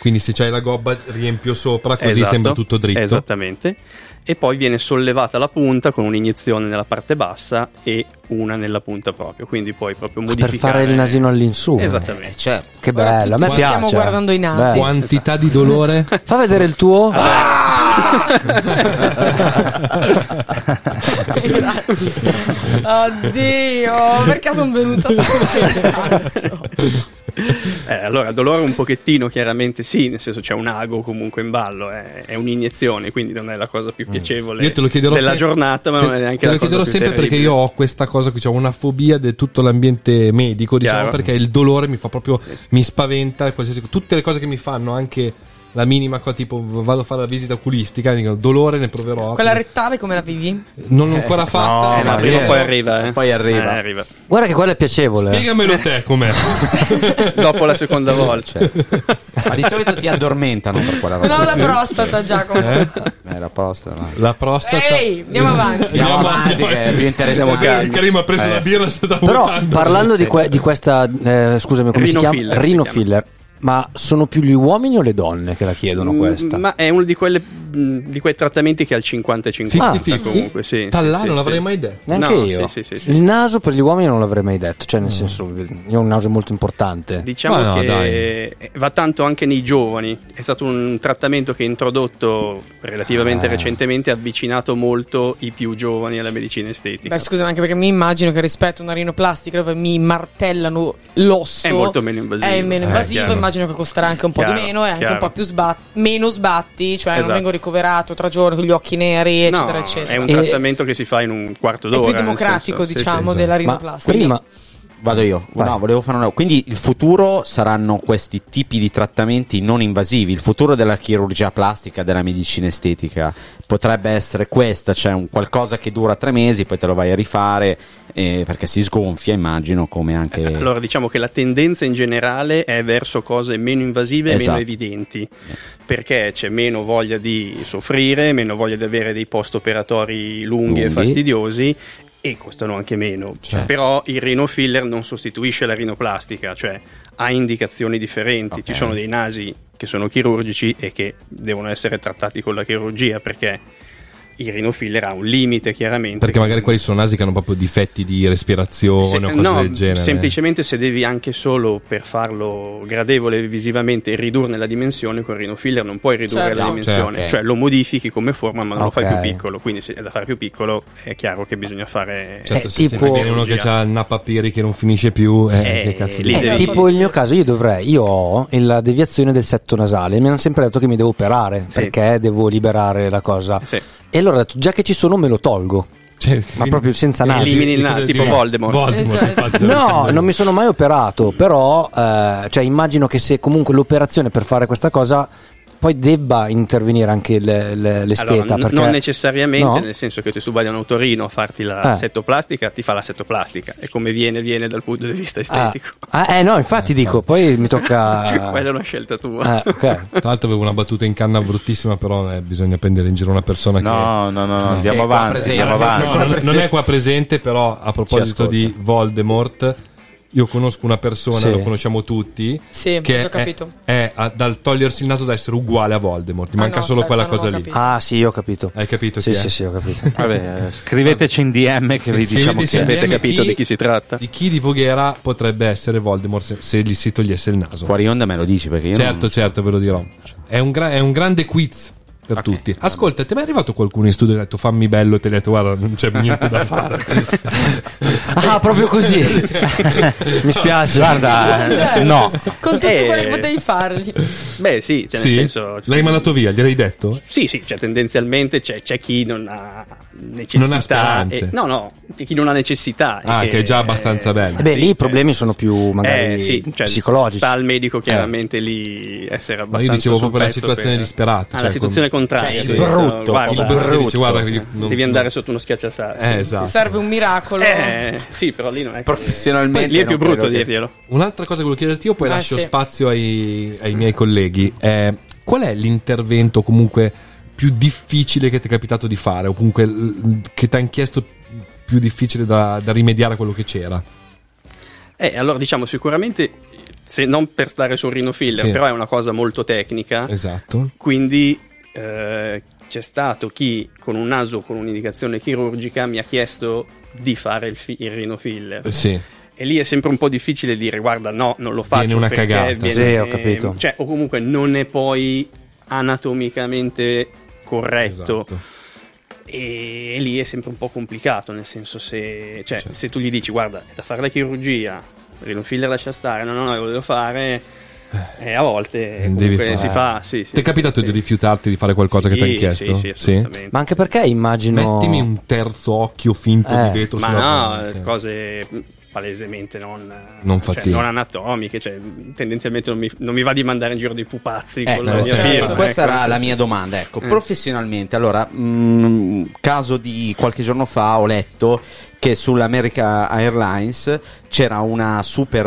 S7: Quindi se c'hai la gobba riempio sopra così
S10: Esatto,
S7: sembra tutto dritto.
S10: Esattamente. E poi viene sollevata la punta con un'iniezione nella parte bassa e una nella punta proprio, quindi puoi proprio
S6: Per
S10: modificare
S6: fare il nasino all'insù.
S10: Esattamente.
S8: certo.
S6: Che
S3: Ora
S6: bello, a me
S3: tutti
S6: piace.
S3: stiamo guardando i nasi.
S6: Bello.
S7: Quantità di dolore.
S6: Fa vedere il tuo.
S10: Ah,
S3: Grazie. Oddio, perché sono venuta stasera? Cazzo.
S10: Eh, allora, il dolore un pochettino, chiaramente sì, nel senso c'è un ago comunque in ballo, eh, è, è un'iniezione, quindi non è la cosa più piacevole
S7: Io te lo chiederò
S10: della
S7: se-
S10: giornata, ma
S7: te-
S10: non è neanche
S7: te
S10: la
S7: lo
S10: cosa
S7: chiederò
S10: più
S7: sempre perché io
S10: terribile.
S7: ho questa cosa qui, ho una fobia di tutto l'ambiente medico, diciamo,
S10: Chiaro.
S7: perché il dolore mi fa proprio mi spaventa qualsiasi- tutte le cose che mi fanno, anche la minima cosa, tipo vado a fare la visita oculistica, mi dicono dolore ne proverò.
S3: Quella rettale come la vivi?
S7: non l'ho ancora fatta.
S8: no,
S10: Eh, ma prima o
S8: eh,
S10: poi arriva, eh.
S8: poi arriva.
S10: Eh, arriva.
S6: Guarda che quella è piacevole.
S7: Spiegamelo te com'è.
S10: Dopo la seconda volta.
S6: Cioè.
S8: Ma di solito ti addormentano per quella roba.
S3: Non ho la
S8: lì.
S3: prostata, Giacomo.
S8: Eh, la prostata. ma-
S7: La prostata.
S3: Ehi, andiamo avanti.
S8: Andiamo avanti, che è più
S7: Siamo
S8: interessante.
S7: calmi. Karim ha preso
S8: Eh.
S7: la birra e sta
S6: Però
S7: buttando.
S6: parlando di, que- di questa, eh, scusami, come si
S10: Rino
S6: chiama?
S10: filler, si
S6: Rino
S10: chiama.
S6: filler. Ma sono più gli uomini o le donne che la chiedono questa?
S10: Mm, Ma è uno di, quelle, mh, di quei trattamenti che è al 50 e 50
S7: 50-50?
S10: comunque, sì.
S7: Tallà
S10: sì,
S7: non
S10: sì,
S7: l'avrei
S10: sì.
S7: mai detto.
S6: Neanche
S10: no,
S6: io.
S10: sì, sì, sì, sì.
S6: Il naso per gli uomini non l'avrei mai detto, cioè nel senso, io ho un naso molto importante.
S10: Diciamo
S7: Ma no,
S10: che va tanto anche nei giovani. È stato un trattamento che è introdotto relativamente
S6: Ah.
S10: recentemente, ha avvicinato molto i più giovani alla medicina estetica.
S3: Beh, scusami, anche perché mi immagino che rispetto a una rinoplastica dove mi martellano l'osso
S10: È molto meno invasivo.
S3: È meno
S10: Eh,
S3: invasivo,
S10: chiaro.
S3: immagino che costerà anche un po' di
S10: Chiaro,
S3: meno e anche
S10: chiaro.
S3: un po' più sbatti, meno sbatti, cioè non
S10: Esatto.
S3: vengo ricoverato tra giorni con gli occhi neri,
S10: No,
S3: eccetera, eccetera.
S10: È un
S6: E-
S10: trattamento che si fa in un quarto
S3: È
S10: d'ora.
S3: più
S10: nel
S3: democratico,
S10: senso, sì, sì,
S3: diciamo,
S10: sì.
S3: della
S6: Ma
S3: rinoplastica.
S6: prima
S8: Vado io.
S6: Vai.
S8: No, volevo fare una. Quindi il futuro saranno questi tipi di trattamenti non invasivi. Il futuro della chirurgia plastica, della medicina estetica potrebbe essere questa, cioè un qualcosa che dura tre mesi, poi te lo vai a rifare eh, perché si sgonfia, immagino, come anche.
S10: Allora, diciamo che la tendenza in generale è verso cose meno invasive e
S8: Esatto.
S10: meno evidenti, perché c'è meno voglia di soffrire, meno voglia di avere dei post-operatori lunghi e
S8: Lunghi.
S10: fastidiosi e costano anche meno.
S8: Certo.
S10: Però il rinofiller non sostituisce la rinoplastica, cioè ha indicazioni differenti. Ci
S8: Ok.
S10: sono dei nasi che sono chirurgici e che devono essere trattati con la chirurgia perché il rinofiller ha un limite chiaramente.
S7: Perché magari quelli sono nasi che hanno proprio difetti di respirazione
S10: Se-
S7: o cose
S10: no,
S7: del genere.
S10: semplicemente se devi anche solo per farlo gradevole visivamente ridurne la dimensione con il rinofiller non puoi ridurre
S7: Certo.
S10: la
S7: No,
S10: dimensione,
S7: certo.
S10: cioè lo modifichi come forma ma non lo
S7: Ok.
S10: fai più piccolo, quindi se è da fare più piccolo è chiaro che bisogna fare
S7: Certo,
S6: Eh,
S7: se senti bene uno che ha il napapiri che non finisce più, eh,
S10: Eh,
S7: che cazzo
S10: lì
S7: di-
S6: Eh, tipo il mio caso, io dovrei, io ho la deviazione del setto nasale, mi hanno sempre detto che mi devo operare
S10: Sì.
S6: perché devo liberare la cosa.
S10: Sì.
S6: E allora ho detto, già che ci sono me lo tolgo. ma proprio senza naso.
S10: Cioè, Elimini il naso, tipo Voldemort.
S6: No, non mi sono mai operato, però eh, cioè, immagino che se comunque l'operazione per fare questa cosa poi debba intervenire anche le- le- l'esteta.
S10: Allora, n-
S6: perché-
S10: non necessariamente,
S6: No?
S10: nel senso che tu vai da un otorino a farti la
S6: Eh.
S10: settoplastica, ti fa la settoplastica e come viene, viene dal punto di vista
S6: Ah,
S10: estetico.
S6: ah, eh no, infatti dico, poi mi tocca...
S10: Quella è una scelta tua.
S6: ah. Eh, ok.
S7: Tra l'altro avevo una battuta in canna bruttissima, però eh, bisogna prendere in giro una persona che...
S4: No, no, no, no, andiamo
S7: Che è qua
S4: avanti,
S7: presente.
S4: andiamo avanti.
S7: No, non, non è qua presente, però a proposito
S4: ascolta.
S7: di Voldemort, io conosco una persona,
S4: Sì.
S7: lo conosciamo tutti,
S3: Sì, ho
S7: che
S3: già
S7: è-
S3: capito. Ah,
S7: È, a- dal togliersi il naso da essere uguale a Voldemort, gli manca
S3: no,
S7: solo
S3: aspetta,
S7: quella cosa
S3: non ho
S7: lì.
S6: Ah sì, ho capito.
S7: Hai capito
S6: Sì,
S7: chi è?
S6: sì, sì, ho capito.
S4: Vabbè, eh, scriveteci in DM che vi
S7: Sì,
S4: diciamo
S7: scriveteci
S4: che
S7: in
S10: avete
S7: DM
S10: capito di chi si tratta.
S7: Di chi di Voghera potrebbe essere Voldemort se, se gli si togliesse il naso.
S8: Fuori onda me lo dici perché io.
S7: Certo, certo, ve lo dirò. È un, gra- è un grande quiz per tutti. Ascolta, ti è mai arrivato qualcuno in studio e ha detto fammi bello e ti ha detto guarda non c'è niente da fare.
S6: ah, proprio così. mi spiace.
S8: Guarda,
S3: eh,
S7: no.
S3: Con tutto
S10: Eh.
S3: quello che potevi fargli.
S10: Beh, sì, cioè,
S7: Sì?
S10: nel senso.
S7: L'hai mandato via, gliel'hai detto?
S10: Sì, sì, cioè tendenzialmente c'è, c'è chi non ha necessità.
S7: Non ha speranze.
S10: e- no, no, c'è chi non ha necessità. e
S7: Ah, che è già abbastanza bello.
S6: Eh Beh, lì i problemi sono più magari
S10: eh, sì, cioè,
S6: psicologici.
S10: Sta al medico chiaramente lì essere
S7: Eh. Ma
S10: abbastanza.
S7: io dicevo
S10: sul
S7: proprio la
S10: pezzo
S7: situazione
S10: per-
S7: disperata.
S10: Ah, la situazione contraria.
S7: Cioè,
S10: sì.
S7: brutto,
S10: Guarda, eh,
S7: proprio brutto. Dice, guarda, io non-
S10: devi andare sotto uno schiacciasassi.
S7: Eh, esatto.
S3: Serve un miracolo.
S10: Eh, sì, però lì non è. Professionalmente. Lì è più
S8: non
S10: brutto
S8: credo che-
S10: dirglielo.
S7: Un'altra cosa che volevo chiederti io, poi
S10: Ah,
S3: Eh,
S7: lascio
S3: sì.
S7: spazio ai, ai miei colleghi. è qual è l'intervento comunque più difficile che ti è capitato di fare? O comunque l- che ti hanno chiesto più difficile da, da rimediare a quello che c'era?
S10: Eh, allora diciamo sicuramente, se non per stare sul rinofiller,
S7: Sì.
S10: però è una cosa molto tecnica.
S7: Esatto.
S10: Quindi eh, c'è stato chi con un naso, con un'indicazione chirurgica, mi ha chiesto di fare il, fi- il rinofiller.
S7: Eh, Sì.
S10: E lì è sempre un po' difficile dire guarda no, non lo faccio.
S7: Viene una
S10: perché
S7: cagata.
S10: viene-
S6: Sì, ho capito.
S10: Cioè, o comunque non è poi anatomicamente corretto.
S7: Esatto.
S10: E lì è sempre un po' complicato, nel senso se, cioè, se tu gli dici guarda è da fare la chirurgia, perché non filler lascia stare, no no no, io lo devo fare, e a volte
S7: Devi
S10: Eh, comunque
S7: fare.
S10: si fa, sì, sì.
S7: Ti è capitato di rifiutarti di fare qualcosa che ti hanno
S10: Sì, Sì,
S7: chiesto?
S10: sì, assolutamente.
S6: Ma anche perché immagino...
S7: Mettimi un terzo occhio finto
S6: Eh.
S7: di vetro
S10: Ma
S7: sulla
S10: no,
S7: fronte.
S10: cose palesemente non,
S7: Non
S10: cioè,
S7: fattibili.
S10: non anatomiche, cioè, tendenzialmente non mi, non mi va di mandare in giro dei pupazzi
S8: Eh,
S10: con
S7: no,
S10: la mia
S7: certo.
S10: firma.
S7: Ecco,
S8: Questa
S10: ecco.
S8: era la mia domanda. Ecco,
S10: Eh.
S8: professionalmente, allora, mm, caso di qualche giorno fa ho letto che sull'America Airlines c'era una super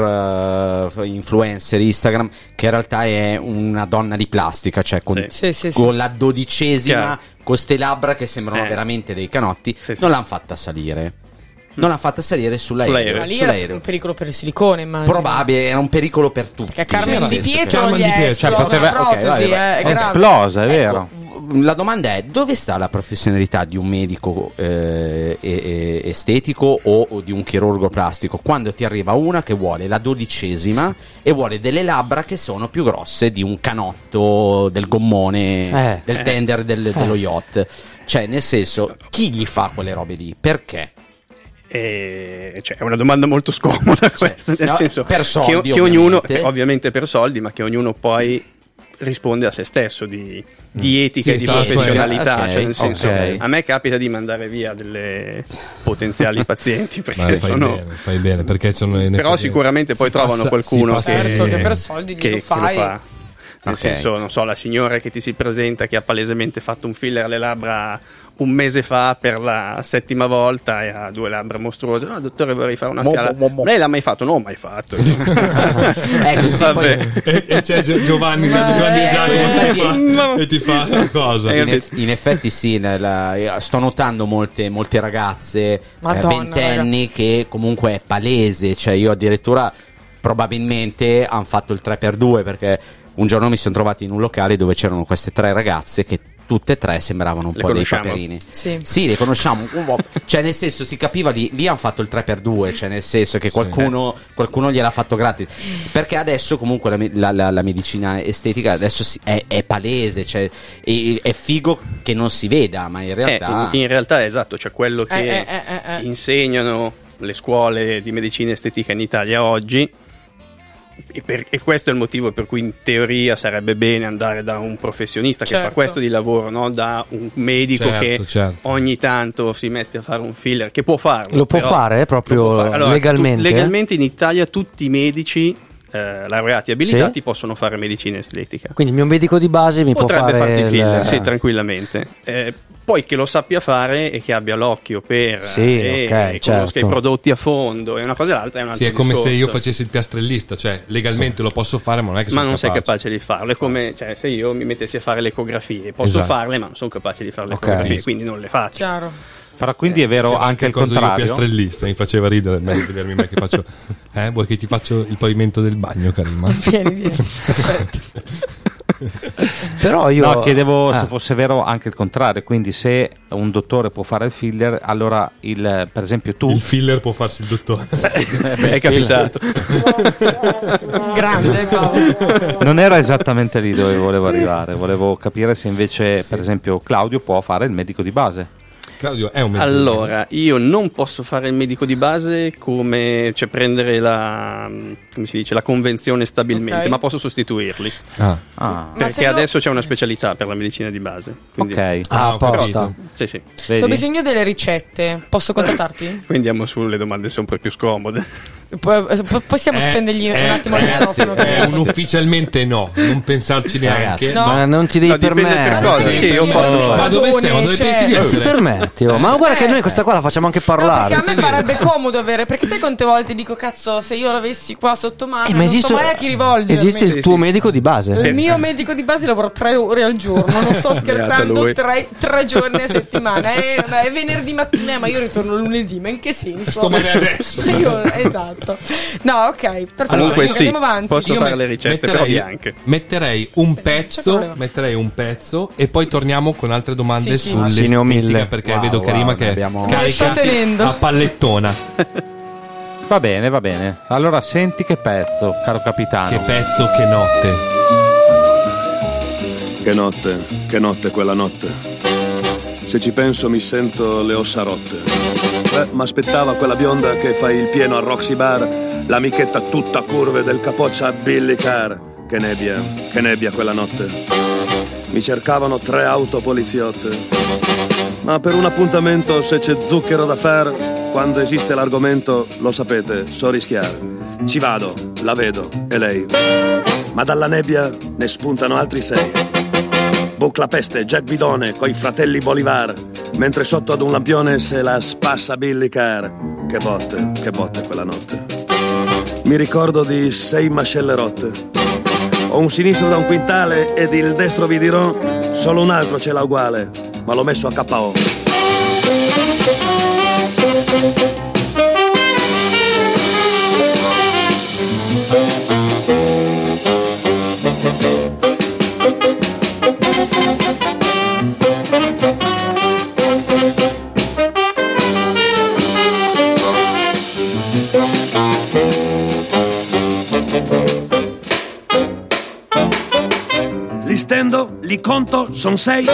S8: eh, influencer Instagram che in realtà è una donna di plastica, cioè con,
S10: Sì.
S3: Sì, sì, sì.
S8: con la dodicesima,
S10: Chiaro.
S8: con ste labbra che sembrano
S10: Eh.
S8: veramente dei canotti,
S10: Sì, sì.
S8: non l'hanno fatta salire. Non l'hanno fatta salire sull'aereo.
S10: Sull'aereo.
S3: Ma lì era
S8: sull'aereo.
S3: un pericolo per il silicone, immagino.
S8: Probabile, era un pericolo per tutti.
S3: Perché a
S8: nel
S3: Carmen di
S8: senso che-
S3: Pietro
S7: Carmen
S3: gli
S7: Di
S3: è
S7: Pietro, cioè,
S3: esplosa
S8: poteva-
S3: la
S8: ok, vai, vai.
S3: protesi, eh, è
S8: È
S3: grave.
S4: esplosa, è
S8: Ecco,
S4: vero.
S8: v- La domanda è dove sta la professionalità di un medico eh, e- e- estetico o, o di un chirurgo plastico quando ti arriva una che vuole la dodicesima e vuole delle labbra che sono più grosse di un canotto del gommone
S6: Eh.
S8: del tender del- dello yacht? Cioè, nel senso, chi gli fa quelle robe lì? Perché?
S10: E, cioè, è una domanda molto scomoda questa, nel
S8: Cioè, no,
S10: senso
S8: per
S10: che-
S8: soldi,
S10: che, ognuno,
S8: ovviamente.
S10: eh, ovviamente per soldi, ma che ognuno poi risponde a se stesso di, di etica
S7: Mm. Sì,
S10: e di
S7: sta alla sua-
S10: professionalità.
S7: ok,
S10: cioè, nel senso,
S7: ok.
S10: a me capita di mandare via delle potenziali pazienti
S7: Beh,
S10: perché
S7: fai,
S10: sono.
S7: bene, fai bene, perché sono in
S10: Però
S7: effetti-
S10: sicuramente poi
S7: si
S10: trovano
S7: passa-
S10: qualcuno
S7: si passa-
S8: Certo,
S10: che,
S7: eh,
S10: che- che
S7: fai.
S10: fa. Nel
S7: Ok.
S10: senso, non so, la signora che ti si presenta che ha palesemente fatto un filler alle labbra un mese fa per la settima volta e ha due labbra mostruose. No, dottore, vorrei fare una
S7: Mo,
S10: fiala.
S7: mo, mo, mo.
S10: Lei l'ha mai fatto? No, mai fatto.
S7: Ecco, sì, poi- e, e eh, c'è Gio- Giovanni, Giovanni
S10: eh,
S7: e Giacomo che ti fa, e ti fa la cosa.
S8: In, eff- in effetti sì, nella- sto notando molte, molte ragazze eh,
S3: Madonna,
S8: ventenni che comunque è palese, cioè io addirittura probabilmente hanno fatto il 3x2 perché un giorno mi sono trovato in un locale dove c'erano queste tre ragazze che tutte e tre sembravano un
S10: Le
S8: po'
S10: conosciamo?
S8: dei paperini.
S3: Sì.
S8: le conosciamo un po'. Cioè nel senso si capiva lì, lì hanno fatto il 3x2, cioè nel senso che qualcuno, qualcuno gliel'ha fatto gratis. Perché adesso comunque la, me- la- la- la medicina estetica adesso si- è, è palese, cioè e- è figo che non si veda, ma in
S10: Eh,
S8: realtà...
S10: in, in realtà, esatto, cioè quello che
S8: Eh, eh,
S3: eh, eh.
S10: insegnano le scuole di medicina estetica in Italia oggi. E, per- e questo è il motivo per cui in teoria sarebbe bene andare da un professionista che fa
S7: Certo.
S10: questo di lavoro, no? da un medico
S7: Certo,
S10: che
S7: certo.
S10: ogni tanto si mette a fare un filler, che può farlo.
S6: Lo può
S10: però-
S6: fare, eh, proprio
S10: Allora, tu-
S6: legalmente? eh?
S10: legalmente in Italia tutti i medici eh, laureati e abilitati possono fare medicina estetica.
S6: Quindi il mio medico di base mi
S10: Potrebbe
S6: può fare
S10: farti il filler, sì,
S6: il...
S10: tranquillamente. Eh, poi che lo sappia fare e che abbia l'occhio per
S6: Sì,
S10: e,
S6: ok,
S10: e conosca
S6: certo.
S10: i prodotti a fondo e una cosa e l'altra è un altro
S7: Sì, è come
S10: discorso.
S7: se io facessi il piastrellista, cioè legalmente lo posso fare, ma non è che
S10: ma
S7: sono
S10: non sei
S7: capace.
S10: capace di farlo, è come cioè, se io mi mettessi a fare le ecografie, posso
S7: Esatto.
S10: farle, ma non sono capace di fare le
S7: Ok.
S10: ecografie, quindi non le faccio.
S4: Però quindi è vero
S7: C'era
S4: anche il
S7: coso
S4: contrario.
S7: Io piastrellista, mi faceva ridere, meglio di vedermi me che faccio Eh, vuoi che ti faccio il pavimento del bagno, Karima?
S3: Vieni dietro.
S6: Però io-
S4: No, chiedevo se
S6: Ah.
S4: fosse vero anche il contrario. Quindi, se un dottore può fare il filler, allora il, per esempio tu. Il
S7: filler può farsi il dottore.
S10: È capitato.
S3: Grande Paolo.
S4: Non era esattamente lì dove volevo arrivare. Volevo capire se invece, per esempio, Claudio può fare il medico di base.
S7: Claudio è un medico.
S10: Allora, io non posso fare il medico di base come cioè, prendere la, come si dice, la convenzione stabilmente,
S3: Ok.
S10: ma posso sostituirli.
S7: Ah.
S3: Ma se
S10: Perché
S3: io-
S10: adesso c'è una specialità per la medicina di base. Quindi...
S4: Ok.
S6: Ah,
S10: ho capito.
S6: apposta.
S10: Sì, sì.
S3: So ho bisogno delle ricette. Posso contattarti?
S10: Quindi andiamo sulle domande sempre più scomode.
S3: Po- po- possiamo
S10: Eh,
S3: spendergli un attimo il microfono? che-
S7: È un ufficialmente no, non pensarci neanche.
S3: Ragazzi, No. ma
S6: Eh, non ti devi
S7: No, dipende
S6: permettere.
S7: per cosa, sì, io posso fare. Ma dove sei? Ma dove
S3: Cioè,
S7: pensi di
S6: Non si
S7: essere?
S6: permette, oh. ma guarda che noi questa qua la facciamo anche parlare.
S3: Perché a me farebbe comodo avere, perché sai quante volte dico cazzo, se io l'avessi qua sotto mano,
S6: Eh, ma
S3: non
S6: esiste-
S3: so mai a chi rivolgermi.
S6: Esiste il tuo medico di base?
S3: Il mio medico di base lavora tre ore al giorno, non
S6: Beato
S3: sto scherzando,
S6: lui.
S3: tre, tre giorni a settimana. Eh, ma è venerdì mattina, eh, ma io ritorno lunedì, ma in che senso?
S10: Sto male adesso.
S3: Io- esatto. No, ok, perfetto.
S10: Comunque sì,
S3: andiamo avanti.
S10: posso fare le ricette, però bianche.
S7: Metterei un
S3: problema.
S7: pezzo, metterei un pezzo e poi torniamo con altre domande
S3: Sì, sì.
S7: sulle
S6: Ah, sì, ne ho mille.
S7: perché
S6: Wow,
S7: vedo
S6: wow,
S7: Karima
S6: ne
S7: che
S6: abbiamo-
S7: è
S3: Me lo sto
S7: carica
S3: tenendo.
S7: a pallettona.
S4: Va bene, va bene. Allora, senti che pezzo, caro capitano.
S7: Che pezzo, che notte.
S11: Che notte, che notte quella notte. Se ci penso mi sento le ossa rotte. Beh, m'aspettava quella bionda che fa il pieno al Roxy Bar, l'amichetta tutta a curve del capoccia a Billy Carr. Che nebbia, che nebbia quella notte. Mi cercavano tre auto poliziotte. Ma per un appuntamento, se c'è zucchero da far, quando esiste l'argomento, lo sapete, so rischiare. Ci vado, la vedo, e lei. Ma dalla nebbia ne spuntano altri sei. Bucla peste, Jack Bidone, coi fratelli Bolivar, mentre sotto ad un lampione se la spassa Billy Carr. Che botte, che botte quella notte. Mi ricordo di sei mascelle rotte. Ho un sinistro da un quintale ed il destro vi dirò, solo un altro ce l'ha uguale, ma l'ho messo a KO. Li stendo, li conto, son sei,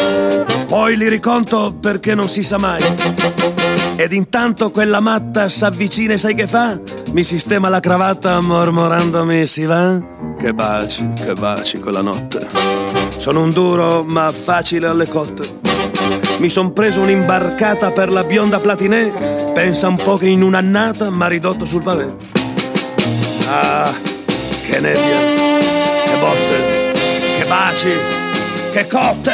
S11: poi li riconto perché non si sa mai. Ed intanto quella matta s'avvicina e sai che fa? Mi sistema la cravatta mormorandomi si va? Che baci, che baci quella notte. Sono un duro ma facile alle cotte. Mi son preso un'imbarcata per la bionda platinè, pensa un po' che in un'annata m'ha ridotto sul pavé. Ah, che nebbia, che botte, che baci, che cotte!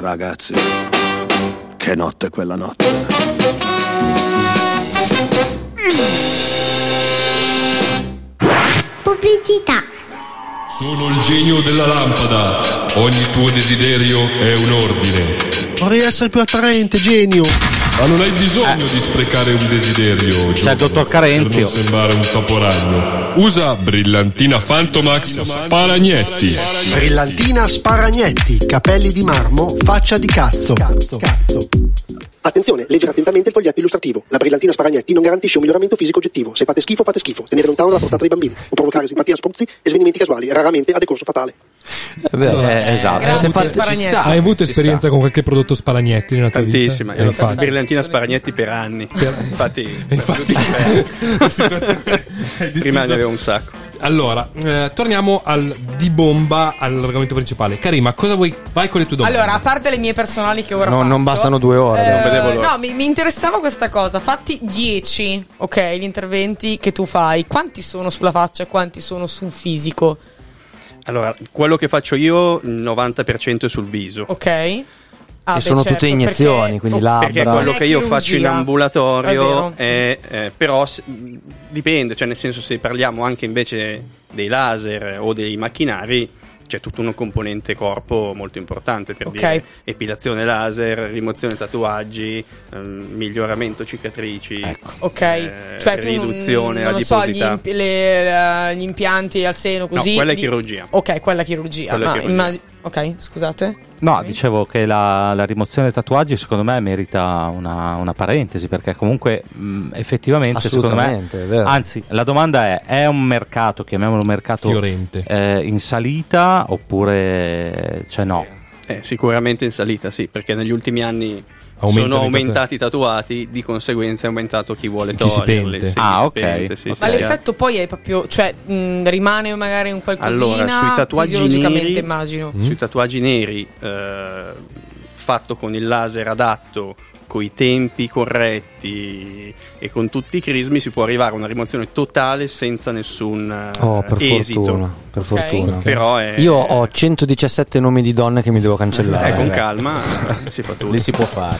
S11: Ragazzi, che notte quella notte.
S12: Pubblicità.
S13: Sono il genio della lampada. Ogni tuo desiderio è un ordine.
S14: Vorrei essere più attraente, genio.
S13: Ma non hai bisogno di sprecare un desiderio. C'è il dottor Carenzio. Per non sembrare un caporagno. Usa brillantina Fantomax Sparagnetti.
S15: Eh
S14: Brillantina Sparagnetti, capelli di marmo, faccia di cazzo.
S15: Attenzione, leggere attentamente il foglietto illustrativo. La brillantina Sparagnetti non garantisce un miglioramento fisico oggettivo. Se fate schifo, fate schifo. Tenere lontano la portata dei bambini. O provocare simpatia, spruzzi e svenimenti casuali, raramente a decorso fatale.
S4: esatto.
S15: Se fate- Sparagnetti. ci sta.
S7: Hai avuto
S15: Ci
S7: esperienza con qualche prodotto Sparagnetti nella tua vita?
S10: Tantissima,
S7: Eh,
S10: io ho fatto
S7: infatti.
S10: brillantina Sparagnetti per anni. Infatti,
S7: infatti-
S10: la situazione- prima ne avevo un sacco.
S7: Allora, eh, torniamo al di bomba all'argomento principale. Karima, cosa vuoi? Vai con le tue domande.
S3: Allora, a parte le mie personali che ora
S7: No,
S3: faccio, Eh,
S7: non bastano due ore. Non vedevo l'ora.
S3: No, mi, mi interessava questa cosa. Fatti 10, ok, gli interventi che tu fai. Quanti sono sulla faccia e quanti sono sul fisico?
S10: Allora, quello che faccio io, il 90% è sul viso.
S3: Ok? Ah,
S6: E
S3: beh, certo, Oh,
S6: sono tutte iniezioni, quindi labbra.
S10: Perché quello che io faccio in ambulatorio
S3: Eh, È vero.
S10: è, eh, però s- mh, dipende, cioè nel senso se parliamo anche invece dei laser o dei macchinari c'è tutto un componente corpo molto importante per
S3: Ok.
S10: dire epilazione laser, rimozione tatuaggi, ehm, miglioramento cicatrici,
S3: Ok,
S10: eh,
S3: cioè tu non-
S10: riduzione
S3: non lo so, gli,
S10: adiposità.
S3: imp- le, eh, gli impianti al seno così.
S10: quella è
S3: di-
S10: chirurgia.
S3: Ok, quella è chirurgia.
S10: Quella è
S3: ma
S10: chirurgia.
S3: immag- ok, scusate.
S4: No, dicevo che la, la rimozione dei tatuaggi secondo me merita una, una parentesi perché comunque mh, effettivamente secondo me...
S6: Assolutamente, è vero.
S4: Anzi, la domanda è, è un mercato, chiamiamolo mercato
S7: Fiorente.
S4: eh, in salita oppure cioè no?
S10: Eh, sicuramente in salita,
S8: Eh.
S10: sì, perché negli ultimi anni
S4: Aumentano i
S10: sono
S4: tatu-
S10: aumentati i tatuati, di conseguenza è aumentato chi vuole
S4: Chi si
S10: toglierli.
S4: pente.
S10: sì,
S4: Ah,
S10: chi
S4: ok.
S10: pente, sì, eh. sì,
S3: Ma
S10: sì.
S3: l'effetto poi è proprio, cioè mh, rimane magari un qualcosina
S10: Allora, sui tatuaggi
S3: fisiologicamente
S10: neri, mm,
S3: immagino.
S10: sui tatuaggi neri eh, fatto con il laser adatto, coi tempi corretti e con tutti i crismi si può arrivare a una rimozione totale senza nessun eh,
S6: Oh, per
S10: esito.
S6: fortuna, per fortuna.
S10: Però è
S6: Io ho 117 nomi di donne che mi devo cancellare.
S10: eh, con calma si fa tutto.
S6: Lì si può fare.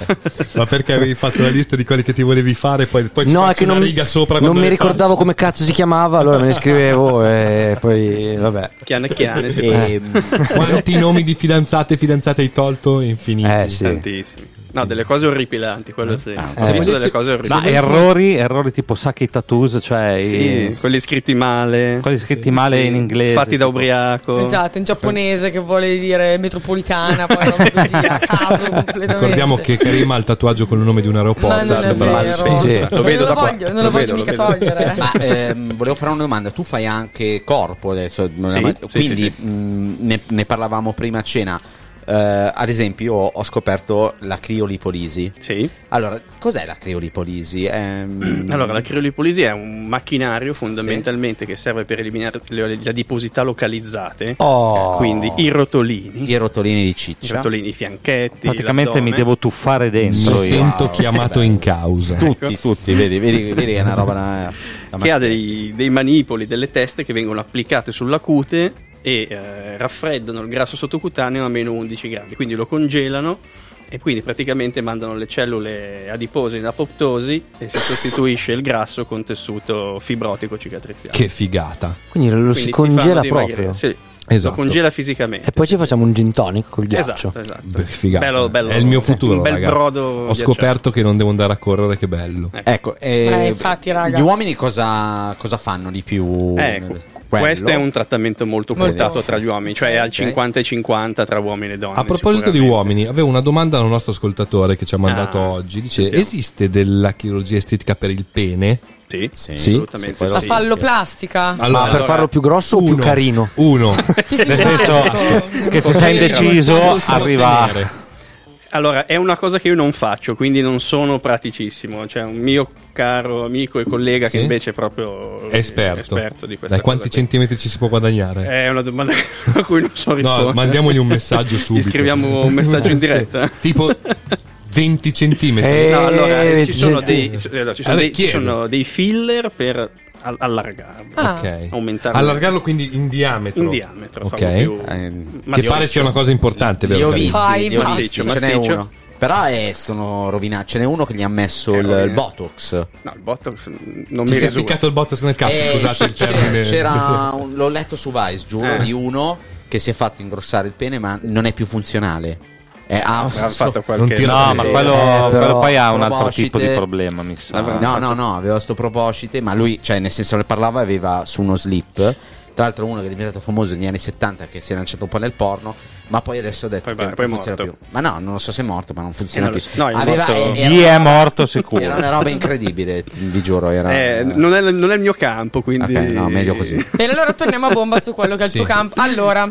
S16: Ma perché avevi fatto la lista di quelli che ti volevi fare? Poi, poi ci
S6: No, è
S16: faccio
S6: che
S16: una
S6: non,
S16: riga sopra
S6: non
S16: quando
S6: mi
S16: le
S6: ricordavo come cazzo si chiamava, allora me ne scrivevo e poi vabbè.
S10: Chiane chiane, si
S6: Eh,
S7: Quanti nomi di fidanzate e fidanzate hai tolto? Infiniti.
S6: Eh, sì. Ah,
S10: Tantissimi. No, delle cose orripilanti, quello sì.
S4: Eh,
S10: Ho visto
S4: voglio-
S10: delle cose
S4: ma
S10: orripilanti.
S4: errori, errori tipo sacchi tattoos, cioè
S10: Sì,
S4: i-
S10: quelli scritti male.
S4: quelli scritti male in inglese.
S10: Fatti da ubriaco.
S3: Esatto, in giapponese che vuole dire metropolitana, poi roba così a caso completamente.
S7: Ricordiamo che Karima ha il tatuaggio con il nome di un aeroporto.
S3: Ma non è
S7: Bravo.
S3: vero.
S7: Sì, sì.
S3: Lo Non vedo lo da qua. voglio, non lo voglio mica togliere.
S8: Ma ehm, volevo fare una domanda. Tu fai anche corpo adesso. non è
S10: Sì,
S8: mai-
S10: sì,
S8: quindi
S10: sì,
S8: mh, ne, ne parlavamo prima a cena. Eh, ad esempio, io ho scoperto la criolipolisi.
S10: Sì.
S8: Allora, cos'è la criolipolisi? Ehm,
S10: Allora, la criolipolisi è un macchinario fondamentalmente che serve per eliminare le, le adiposità localizzate,
S8: Oh.
S10: quindi i rotolini,
S8: i rotolini di
S10: i
S8: ciccia.
S10: rotolini, i fianchetti.
S4: Praticamente mi
S10: l'addome.
S4: devo tuffare dentro.
S7: Mi
S4: io.
S7: sento chiamato in causa.
S8: Ah, eh, Tutti, tutti, vedi, vedi, vedi che è una roba. da- da
S10: Ecco. che ha
S8: maschera.
S10: dei, dei manipoli, delle teste che vengono applicate sulla cute e eh, raffreddano il grasso sottocutaneo a meno 11 gradi, quindi lo congelano e quindi praticamente mandano le cellule adipose in apoptosi e si sostituisce il grasso con tessuto fibrotico cicatriziale.
S7: Che figata.
S6: Quindi lo
S10: Quindi
S6: si
S10: ti
S6: congela
S10: fanno dimagrire,
S6: proprio.
S10: sì.
S7: Esatto.
S10: Lo congela fisicamente.
S6: E poi ci facciamo un gin tonic col ghiaccio.
S10: Esatto, esatto.
S7: Beh, che figata.
S10: Bello, bello.
S7: È il mio futuro.
S10: Un bel
S7: raga.
S10: brodo
S7: Ho
S10: di
S7: scoperto che non devo andare a correre, che bello.
S8: Ecco, eh,
S3: Eh, infatti, raga.
S8: gli uomini cosa, cosa fanno di più?
S10: Ecco,
S8: Quello.
S10: questo è un trattamento molto
S8: Molto.
S10: portato tra gli uomini, cioè al
S8: Ok.
S10: 50 e 50 tra uomini e donne.
S7: A proposito di uomini, avevo una domanda da un nostro ascoltatore che ci ha mandato
S10: Ah,
S7: oggi. Dice:
S10: sentiamo.
S7: Esiste della chirurgia estetica per il pene?
S10: Sì,
S7: Sì?
S10: assolutamente
S7: Sì,
S3: La falloplastica.
S6: Ma per farlo più grosso o più carino?
S7: Uno.
S3: Nel
S4: senso che se sei indeciso arriva...
S10: Allora, è una cosa che io non faccio, quindi non sono praticissimo. C'è un mio caro amico e collega
S7: Sì?
S10: che invece è proprio eh,
S7: È esperto.
S10: di questa
S7: Dai, quanti
S10: cosa qui.
S7: centimetri ci si può guadagnare?
S10: È una domanda a cui non so rispondere.
S7: mandiamogli un messaggio subito.
S10: Gli scriviamo un messaggio in diretta.
S7: Sì. Tipo 20 centimetri.
S10: no, allora eh, ci sono, dei, ci allora, ci sono
S7: Vabbè,
S10: dei- ci
S7: chiedo.
S10: sono dei filler per all- allargarlo,
S7: Ah. Ok.
S10: aumentarlo.
S7: Allargarlo quindi in diametro.
S10: In diametro,
S7: Ok.
S10: proprio più-
S7: che
S10: massiccio.
S7: pare sia una cosa importante, vero?
S8: Eh, Li ho
S7: Carlo?
S8: visti, li ho visti,
S10: Massiccio,
S8: ce n'è
S10: massiccio.
S8: uno. Però eh, sono rovinati. Ce n'è uno che gli ha messo il, il
S10: rovinato.
S8: Botox.
S10: No, il Botox non
S7: Ci
S10: mi
S7: si è
S10: risulta.
S7: ficcato il botox nel cazzo,
S8: Eh,
S7: scusate il
S8: c'era-
S7: termine.
S8: C'era un- l'ho letto su Vice, giuro,
S10: Eh.
S8: di uno che si è fatto ingrossare il pene, ma non è più funzionale. Eh, ha
S4: Ah,
S10: Avranno fatto qualche-
S8: Non tira
S4: No,
S8: bene.
S4: ma quello-
S8: Eh, però-
S4: quello poi ha un altro
S8: proboscite.
S4: tipo di problema, mi sa.
S8: Avranno No, no, no, aveva sto proboscite, ma lui, cioè, nel senso, ne parlava, aveva su uno slip. Tra l'altro, uno che è diventato famoso negli anni 70, che si è lanciato un po' nel porno, ma poi adesso ha detto
S10: Poi
S8: che
S10: va-
S8: non
S10: poi è
S8: funziona
S10: morto.
S8: più. Ma no, non lo so se è morto, ma non funziona
S10: Eh, no,
S8: più.
S10: no, è morto-
S8: era-
S4: Gli è morto sicuro.
S8: Era una roba incredibile, vi giuro. Era,
S10: Eh, non, è, non è il mio campo, quindi...
S8: Ok, no, meglio così.
S3: Bene, allora torniamo a bomba su quello che è il
S8: Sì.
S3: tuo campo. Allora,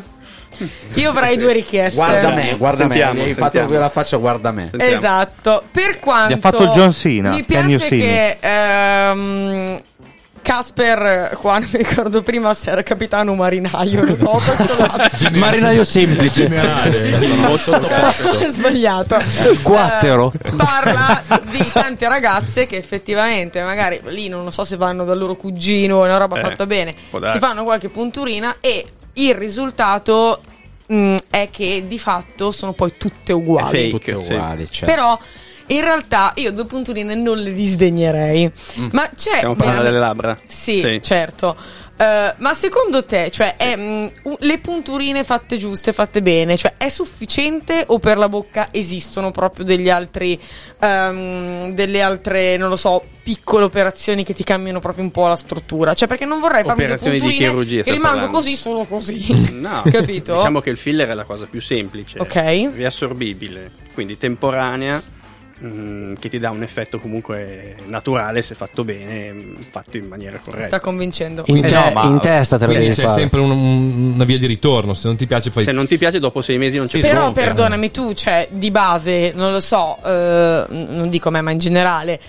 S3: io avrei due richieste.
S8: Guarda me, guarda
S10: Sentiamo,
S8: me, mi hai
S10: sentiamo.
S8: fatto proprio la faccia, guarda me.
S3: Esatto, per quanto
S8: Gli ha fatto il John Cena,
S3: mi
S8: Can you
S3: piace
S8: see
S3: che
S8: me?
S3: ehm, Casper, qua non mi ricordo prima se era capitano o marinaio, non ho
S6: Marinaio semplice.
S3: ho sbagliato.
S6: Squattero.
S3: di tante ragazze che effettivamente magari lì non lo so se vanno dal loro cugino è una roba
S10: Eh,
S3: fatta bene
S10: può darsi.
S3: si fanno qualche punturina e il risultato mh, è che di fatto sono poi tutte
S10: Fake,
S3: uguali
S8: Tutte
S10: sì.
S8: uguali, cioè.
S3: però in realtà io due punturine non le disdegnerei ma c'è
S10: Mm. Stiamo parlando
S3: veramente-
S10: delle labbra.
S3: Cioè, sì, certo. Eh, ma secondo te, cioè, è, mm, u- le punturine fatte giuste, fatte bene, cioè, è sufficiente o per la bocca esistono proprio degli altri, ehm, delle altre, non lo so, piccole operazioni che ti cambiano proprio un po' la struttura? Cioè, perché non vorrei farmi delle
S10: Operazioni di
S3: punturine
S10: chirurgia,
S3: che
S10: stai
S3: rimango
S10: parlando.
S3: così, solo così.
S10: No,
S3: Capito?
S10: Diciamo che il filler è la cosa più semplice,
S3: Ok.
S10: riassorbibile, quindi temporanea, mm, che ti dà un effetto comunque naturale se fatto bene, mm, fatto in maniera
S3: Mi sta
S10: corretta. Eh,
S3: convincendo.
S6: In, te-
S10: no, ma- Cioè,
S6: in testa te lo
S7: Quindi
S6: devi
S7: c'è
S6: fare.
S7: sempre un- una via di ritorno. Se non ti piace, poi.
S10: Se non ti piace, dopo sei mesi non ci
S3: Però
S10: sgonfia.
S3: perdonami tu, cioè di base, non lo so, eh, n- non dico a me, ma in generale.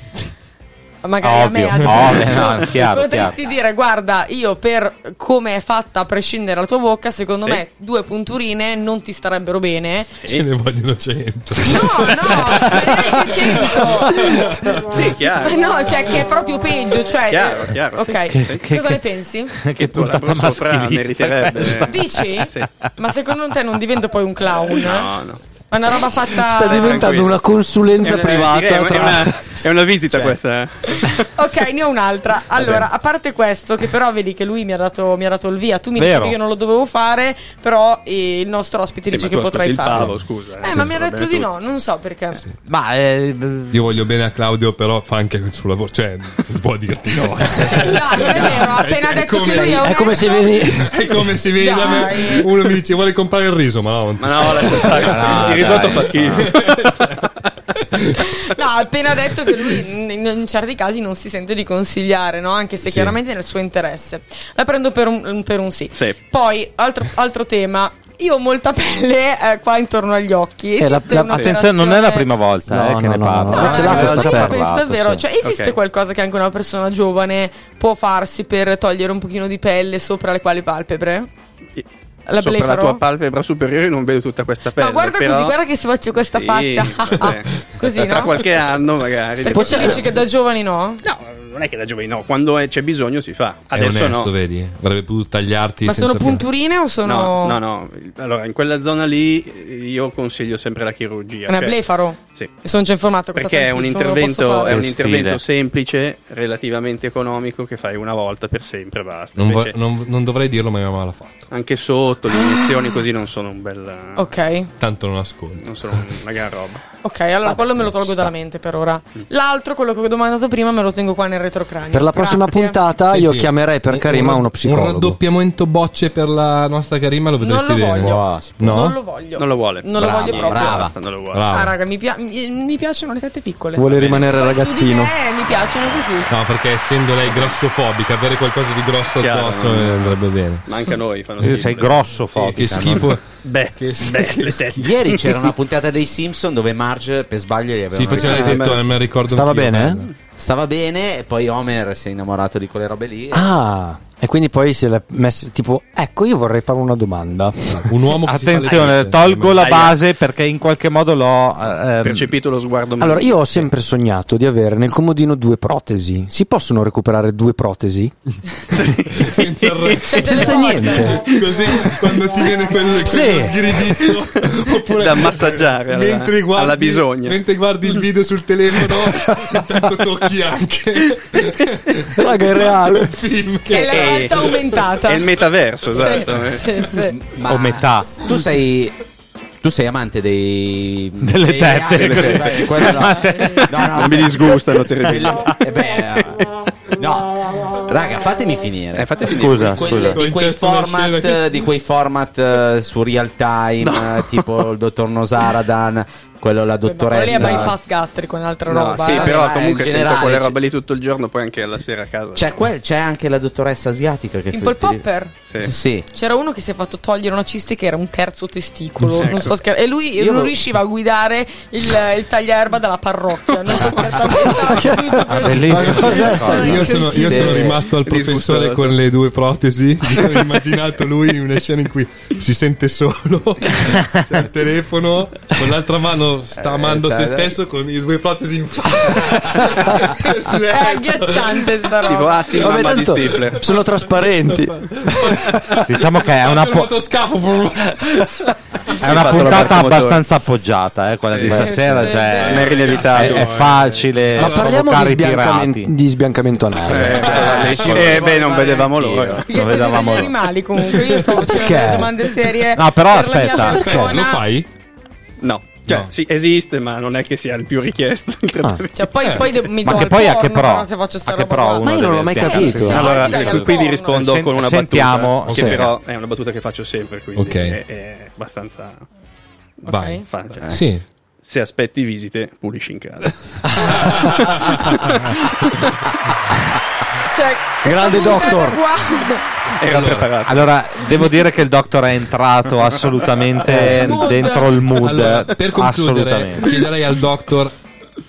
S3: Magari
S4: Ovvio,
S3: a me ad
S4: ovvio,
S3: esempio,
S4: no, no, chiaro,
S3: potresti dire guarda io per come è fatta a prescindere la tua bocca secondo
S7: Sì.
S3: me due punturine non ti starebbero bene
S7: Ce ne vogliono 100.
S10: Sì, chiaro.
S3: ma no cioè che è proprio peggio cioè
S10: Chiaro,
S3: eh,
S10: chiaro, sì.
S3: ok
S10: Che- che-
S3: cosa
S10: che-
S3: ne pensi?
S4: che
S10: tuo
S4: puntata
S10: labbro sopra
S4: maschilista
S10: meriterebbe-
S4: questa.
S3: dici?
S10: Sì.
S3: ma secondo te non divento poi un clown?
S10: No, no.
S3: ma una roba fatta
S6: Sta diventando
S10: Tranquillo.
S6: una
S10: È
S6: consulenza
S10: una- direi,
S6: privata.
S10: è,
S6: Tra...
S10: una, è una visita questa.
S3: Ok, ne ho un'altra. Allora, a parte questo, che però vedi che lui mi ha dato, mi ha dato il via, tu mi
S10: Vero.
S3: dici che io non lo dovevo fare, però eh, il nostro ospite
S10: Sì,
S3: dice
S10: ma
S3: che
S10: tu
S3: potrei
S10: aspetti il
S3: farlo.
S10: pavo, scusa,
S3: eh,
S10: eh,
S3: ma
S10: sì,
S3: mi ha
S10: va
S3: detto
S10: bene
S3: di
S10: tutto.
S3: no, non so
S10: Eh,
S3: perché.
S4: Ma
S16: Io voglio bene a Claudio, però fa anche il suo lavoro. Cioè, non può dirti no.
S3: No, non è vero, ho appena detto che lui è un...
S16: come se vieni. È come se vieni da me. Uno mi dice vuole comprare il riso, ma no. non ti
S10: Ma no,
S16: serve.
S10: lascia stare.
S16: Ma no,
S10: Il risotto
S16: dai,
S10: fa schifo.
S16: no.
S3: No, ha appena detto che lui in- in, in certi casi non si sente di consigliare, no? Anche se
S10: Sì.
S3: chiaramente è nel suo interesse. La prendo per un, per un sì.
S10: Sì.
S3: Poi, altro, altro tema, io ho molta pelle eh, qua intorno agli occhi.
S4: Eh, la-
S3: Esiste
S4: la-
S3: un'operazione-
S4: attenzione, non è la prima volta eh, che ne parlo.
S3: No, no, no, io penso davvero, cioè esiste qualcosa che anche una persona giovane può farsi per togliere un pochino di pelle sopra le quali palpebre?
S10: Sopra
S3: La
S10: la
S3: blefaro?
S10: tua palpebra superiore non vedo tutta questa pelle.
S3: No, guarda
S10: però...
S3: così, guarda che se faccio questa
S10: Sì,
S3: faccia.
S10: vabbè.
S3: così,
S10: Tra
S3: no?
S10: qualche anno magari.
S3: Perché tu dici che da giovani no?
S10: No, non è che da giovani no, quando è- c'è bisogno si fa. Adesso
S7: è onesto,
S10: no.
S7: vedi? Avrebbe potuto tagliarti.
S3: Ma sono
S7: senza-
S3: punturine o sono...
S10: No, no, no. Allora, in quella zona lì io consiglio sempre la chirurgia.
S3: È una
S10: cioè-
S3: blefaro?
S10: Sì.
S3: Mi sono già informato questa
S10: Perché è un
S3: tantissimo, non lo
S10: intervento,
S3: posso
S10: è un
S3: fare.
S10: intervento semplice, relativamente economico, che fai una volta per sempre, basta.
S7: Non, vo-
S10: Invece,
S7: non- non dovrei dirlo, ma mia mamma l'ha fatto.
S10: Anche sotto, le iniezioni così non sono un bel...
S3: Ok,
S7: Tanto non ascolto.
S10: Non sono una gran roba.
S3: ok, allora quello me lo tolgo dalla mente per ora.
S10: Mm.
S3: L'altro, quello che ho domandato prima, me lo tengo qua nel retrocranio.
S6: Per la prossima
S3: Grazie.
S6: puntata io
S7: Senti,
S6: chiamerei per
S7: un-
S6: Karima
S7: un-
S6: uno psicologo.
S7: Un raddoppiamento bocce per la nostra Karima lo vedresti
S3: lo
S7: bene.
S3: voglio.
S6: Boh,
S7: No?
S3: Non lo voglio.
S10: Non lo vuole.
S3: Non lo voglio proprio.
S10: Basta, non lo vuole.
S7: Brava.
S3: Ah, raga, mi, pia- mi- mi piacciono le tette piccole.
S7: Vuole
S3: Va bene.
S7: rimanere
S3: Poi
S7: ragazzino.
S3: Su di me mi piacciono così.
S7: No, perché essendo lei grossofobica, avere qualcosa di grosso
S10: Chiaro,
S7: addosso
S10: no?
S7: eh, andrebbe bene.
S10: Ma anche a noi fanno
S4: Sei
S10: schifo.
S4: grossofobica,
S7: Sì, che schifo.
S4: no?
S10: Beh, beh, le tette.
S8: Ieri c'era una puntata dei Simpson dove Marge per sbaglio gli aveva
S17: Sì, faceva le tettone, me la ricordo
S8: Stava
S17: anch'io,
S8: bene? eh?
S17: bella.
S8: Stava bene e poi Homer si è innamorato di quelle robe lì.
S6: Ah, e quindi poi se l'è messa tipo, ecco, io vorrei fare una domanda.
S17: Un uomo
S4: Attenzione, tolgo la base perché in qualche modo l'ho ehm,
S10: Percepito lo sguardo.
S6: Allora, io ho sempre sognato di avere nel comodino due protesi. Si possono recuperare due protesi?
S7: senza,
S3: Cioè,
S6: Senza niente.
S7: Cioè, Così quando ti viene quel,
S6: Sì.
S7: quello sgridizzo oppure
S10: Da massaggiare alla-
S7: mentre guardi,
S10: alla bisogna.
S7: Mentre guardi il video sul telefono, intanto tocchi anche.
S6: Raga, è reale.
S3: È la realtà aumentata.
S10: Eh, È il metaverso,
S3: Sì,
S10: esatto.
S3: sì, sì.
S8: Ma
S4: metà.
S8: Tu sei. Tu sei amante dei.
S4: Delle
S8: dei-
S4: tette,
S8: delle
S4: così.
S8: tette, quello
S4: Sei
S8: no.
S4: amante-
S8: No, no,
S10: Non mi disgustano, te
S8: Quello- eh beh, eh, no, raga, fatemi finire.
S10: Eh, fatemi
S8: scusa,
S10: finire. Quelle-
S8: scusa. Di quei, format, di quei format eh, su real time, eh, tipo il dottor Nosaradan, quello la
S3: Quello lì è
S8: dottoressa.
S3: bypass gastrico, un'altra
S10: No,
S3: roba.
S10: sì,
S3: eh.
S10: però
S8: ma
S10: comunque
S8: in
S10: sento
S8: generale
S10: quelle
S8: c'è-
S10: robe lì tutto il giorno, poi anche la sera a casa.
S8: c'è, quel- c'è anche la dottoressa asiatica che
S3: Pimple Popper?
S10: Sì.
S8: sì.
S3: C'era uno che si è fatto togliere una cisti che era un terzo testicolo.
S8: Ecco.
S3: Non sto scher- e lui
S8: Io-
S3: non riusciva a guidare il, il tagliaerba dalla parrocchia. Non sto scherzando.
S4: Ah, bellissimo.
S7: Io sono, io sono rimasto al
S10: Disgustoso.
S7: professore con le due protesi. Mi sono immaginato lui in una scena in cui si sente solo, c'è il telefono, con l'altra mano sta amando
S10: Eh, sai,
S7: se
S10: dai.
S7: stesso con le due protesi in faccia. Eh,
S3: È agghiacciante sta roba.
S10: Eh, Tipo, ah sì,
S6: Vabbè,
S10: mamma di
S6: tanto
S10: Stifler.
S6: Sono trasparenti.
S4: Diciamo che è una,
S7: Faccio un
S4: pu-
S7: motoscafo.
S4: è una
S10: fatto
S4: puntata
S10: Roberto
S4: abbastanza appoggiata, eh, quella di
S10: Sì,
S4: stasera.
S10: sì,
S4: cioè,
S10: sì, Eh, sì. Non era
S4: è,
S10: inevitabile.
S4: è facile. eh,
S6: Ma parliamo
S4: provocare
S6: di,
S4: i
S6: sbiancamen-
S4: pirati.
S6: di sbiancamento anale.
S10: Eh, beh, non vedevamo l'ora.
S3: Perché
S4: Lo
S3: siete degli
S4: vedevamo loro.
S3: animali comunque. Io sto facendo
S6: Perché?
S3: delle domande serie.
S4: No, però
S3: per la
S4: aspetta.
S3: mia persona.
S7: Lo fai?
S10: No. Cioè, sì, esiste, ma non è che sia il più richiesto. il
S7: Ah.
S10: trattamento.
S3: Cioè,
S7: Eh.
S3: poi, poi de- mi
S4: Ma
S3: do
S4: che
S3: al
S4: poi a
S3: porno,
S4: che pro?
S3: però, se faccio sta
S4: A che
S3: roba
S4: pro
S3: qua.
S4: uno
S6: Ma io non
S4: deve
S6: l'ho mai
S4: spiantarsi.
S6: capito.
S3: Sì,
S10: Allora,
S3: dai, al
S10: qui vi
S3: porno.
S10: rispondo
S4: Sen-
S10: con una
S4: sentiamo,
S10: battuta.
S4: sì.
S10: Che però è una battuta che faccio sempre, quindi
S7: Ok.
S10: è, è abbastanza...
S7: Vai.
S10: fa- cioè,
S7: Eh. Sì.
S10: Se aspetti visite, pulisci in casa.
S3: Cioè,
S6: Grande
S3: questa
S6: doctor.
S3: puntata qua-
S10: Era preparato.
S4: Allora, devo dire che il Doctor è entrato assolutamente
S3: Mood.
S4: dentro il mood. eh,
S7: Allora, per concludere,
S4: assolutamente.
S7: chiederei al doctor,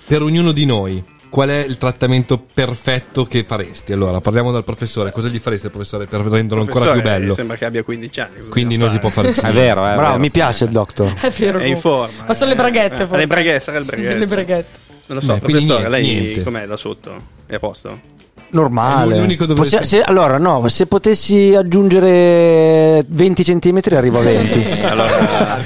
S7: per ognuno di noi, qual è il trattamento perfetto che faresti? Allora, parliamo dal professore, cosa gli faresti al professore per renderlo ancora più
S10: Professore, eh,
S7: bello?
S10: Sembra che abbia 15 anni. cosa
S7: Quindi non si
S10: dobbiamo
S7: può fare
S4: È vero, eh.
S6: Bravo, mi piace il doctor.
S3: È vero.
S10: È in forma.
S3: Ma sono le braghette,
S10: Eh,
S3: forse.
S10: Le braghette, sarà il braghetto.
S3: Le braghette.
S10: Non lo so,
S7: Beh, quindi
S10: professore, lei
S7: niente, niente.
S10: com'è da sotto? È a posto?
S7: È
S6: Normale.
S7: l'unico dove-
S6: Possi- se- allora, no, se potessi aggiungere 20 centimetri arrivo a 20.
S10: Eh, Allora,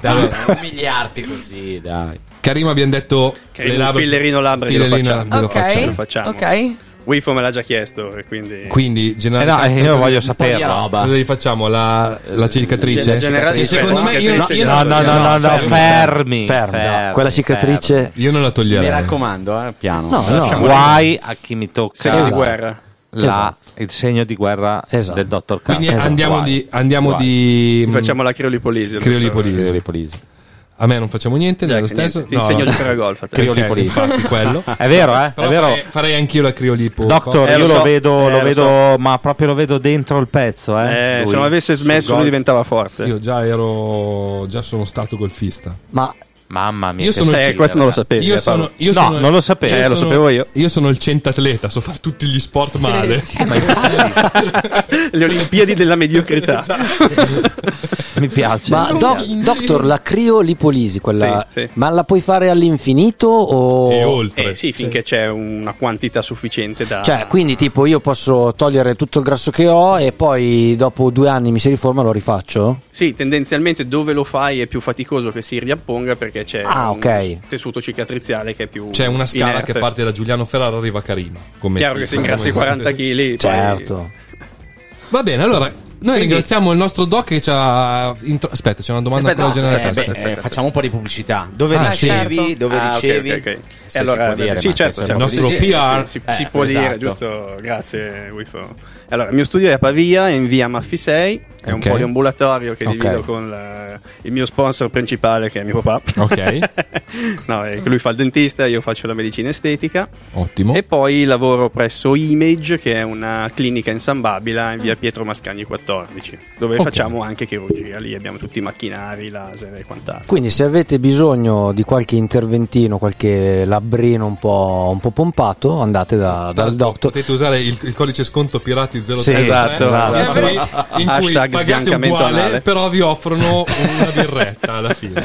S8: Dai, non Ah, umiliarti così, dai.
S7: Karim abbiamo detto
S10: Karim,
S7: le labbra-
S10: fillerino labbra glielo
S7: fillerino
S10: facciamo.
S7: labbra
S3: Ok.
S7: glielo facciamo.
S10: lo facciamo.
S3: Ok.
S10: Wifo me l'ha già chiesto, e quindi...
S7: Quindi,
S4: Eh no, eh,
S7: generalmente
S4: io voglio
S8: po' di
S4: saperlo.
S8: roba.
S7: cosa gli facciamo la, la cicatrice?
S10: La generale-
S7: E secondo me io,
S10: cicatrice
S7: io
S4: No,
S7: non la
S4: no, no, no, no,
S7: toglierei.
S4: fermi.
S6: Fermo,
S4: fermi,
S6: quella cicatrice.
S4: fermi.
S7: Io non la toglierei.
S8: Mi raccomando, eh, piano.
S6: No, no.
S4: Guai a chi mi
S10: Segno
S4: tocca
S10: di guerra.
S4: la- il segno di guerra
S6: Esatto.
S4: del dottor K.
S7: Quindi
S6: Esatto.
S7: andiamo
S4: Guai.
S7: di andiamo
S4: Guai.
S7: di mm,
S10: Facciamo la criolipolisi.
S7: Criolipolisi. A me non facciamo niente, nello stesso.
S10: Ti insegno
S7: no.
S10: il paragolf. a te.
S7: Ok,
S8: Criolipoli.
S7: infatti, quello.
S4: È vero, eh?
S7: Però
S4: è vero.
S7: Farei, farei anch'io la criolipo.
S4: Doctor,
S10: Eh,
S4: io
S10: lo
S4: lo
S10: so.
S4: vedo,
S10: Eh,
S4: lo
S10: lo
S4: vedo, ma proprio lo vedo dentro il pezzo, eh.
S10: Eh,
S4: lui.
S10: se non avesse
S4: Sul
S10: smesso
S4: gol.
S10: lui diventava forte.
S7: Io già ero. Già sono stato golfista.
S6: Ma
S4: Mamma mia,
S7: Io
S4: che
S7: sono il
S4: schifo.
S10: Eh, questo non lo sapevi.
S7: Io
S10: eh, Paolo.
S7: sono. Io
S4: No,
S7: sono-
S4: non lo sapevo. Eh,
S10: lo sapevo io.
S7: Io sono il centatleta, so fare tutti gli sport male.
S10: Le Olimpiadi della mediocrità.
S8: Esatto.
S4: Mi piace.
S6: Ma doc- Doctor, la criolipolisi, quella,
S10: Sì, sì.
S6: ma la puoi fare all'infinito o...
S7: E oltre.
S10: Eh sì, finché c'è una quantità sufficiente da...
S6: Cioè, quindi tipo io posso togliere tutto il grasso che ho e poi dopo due anni mi si riforma e lo rifaccio?
S10: Sì, tendenzialmente dove lo fai è più faticoso che si riapponga perché c'è
S6: Ah,
S10: un
S6: ok.
S10: tessuto cicatriziale che è più.
S7: C'è una scala
S10: inerte.
S7: che parte da Giuliano Ferrara arriva a Carima. Come
S10: Chiaro che se ingrassi 40 kg.
S6: Certo.
S7: Va bene, allora. Noi ringraziamo il nostro doc che ci ha. intro- Aspetta, c'è una domanda
S10: Aspetta,
S7: ancora
S10: no,
S7: generale.
S8: Eh, beh, eh, facciamo un po' di pubblicità. Dove
S7: Ah,
S8: ricevi?
S3: certo.
S8: Dove ricevi?
S10: ok, ok.
S8: Se
S10: E allora,
S8: si può dire,
S10: sì,
S8: ma
S10: certo,
S8: questo
S10: certo.
S7: il nostro
S10: Sì,
S8: così.
S10: sì,
S7: PR.
S10: sì,
S8: Eh,
S10: si può
S8: esatto.
S10: dire, giusto? Grazie, Wifo. Allora, il mio studio è a Pavia, in via Maffi 6. È un
S7: Ok.
S10: poliambulatorio che
S7: Ok.
S10: divido con la- il mio sponsor principale che è mio papà.
S7: Ok.
S10: No, eh, lui fa il dentista, io faccio la medicina estetica.
S7: Ottimo.
S10: E poi lavoro presso Image, che è una clinica in San Babila, in via Pietro Mascagni 14, dove
S6: Ok.
S10: facciamo anche chirurgia. Lì abbiamo tutti i macchinari, laser e quant'altro.
S6: Quindi se avete bisogno di qualche interventino, qualche labbrino un po', un po' pompato, andate da- dal doctor.
S7: Potete usare il, il codice sconto Pirati 03
S6: Sì, esatto, esatto.
S7: in cui
S6: Hashtag
S7: pagate
S6: sbiancamento
S7: uguale,
S6: anale.
S7: però vi offrono una birretta alla fine.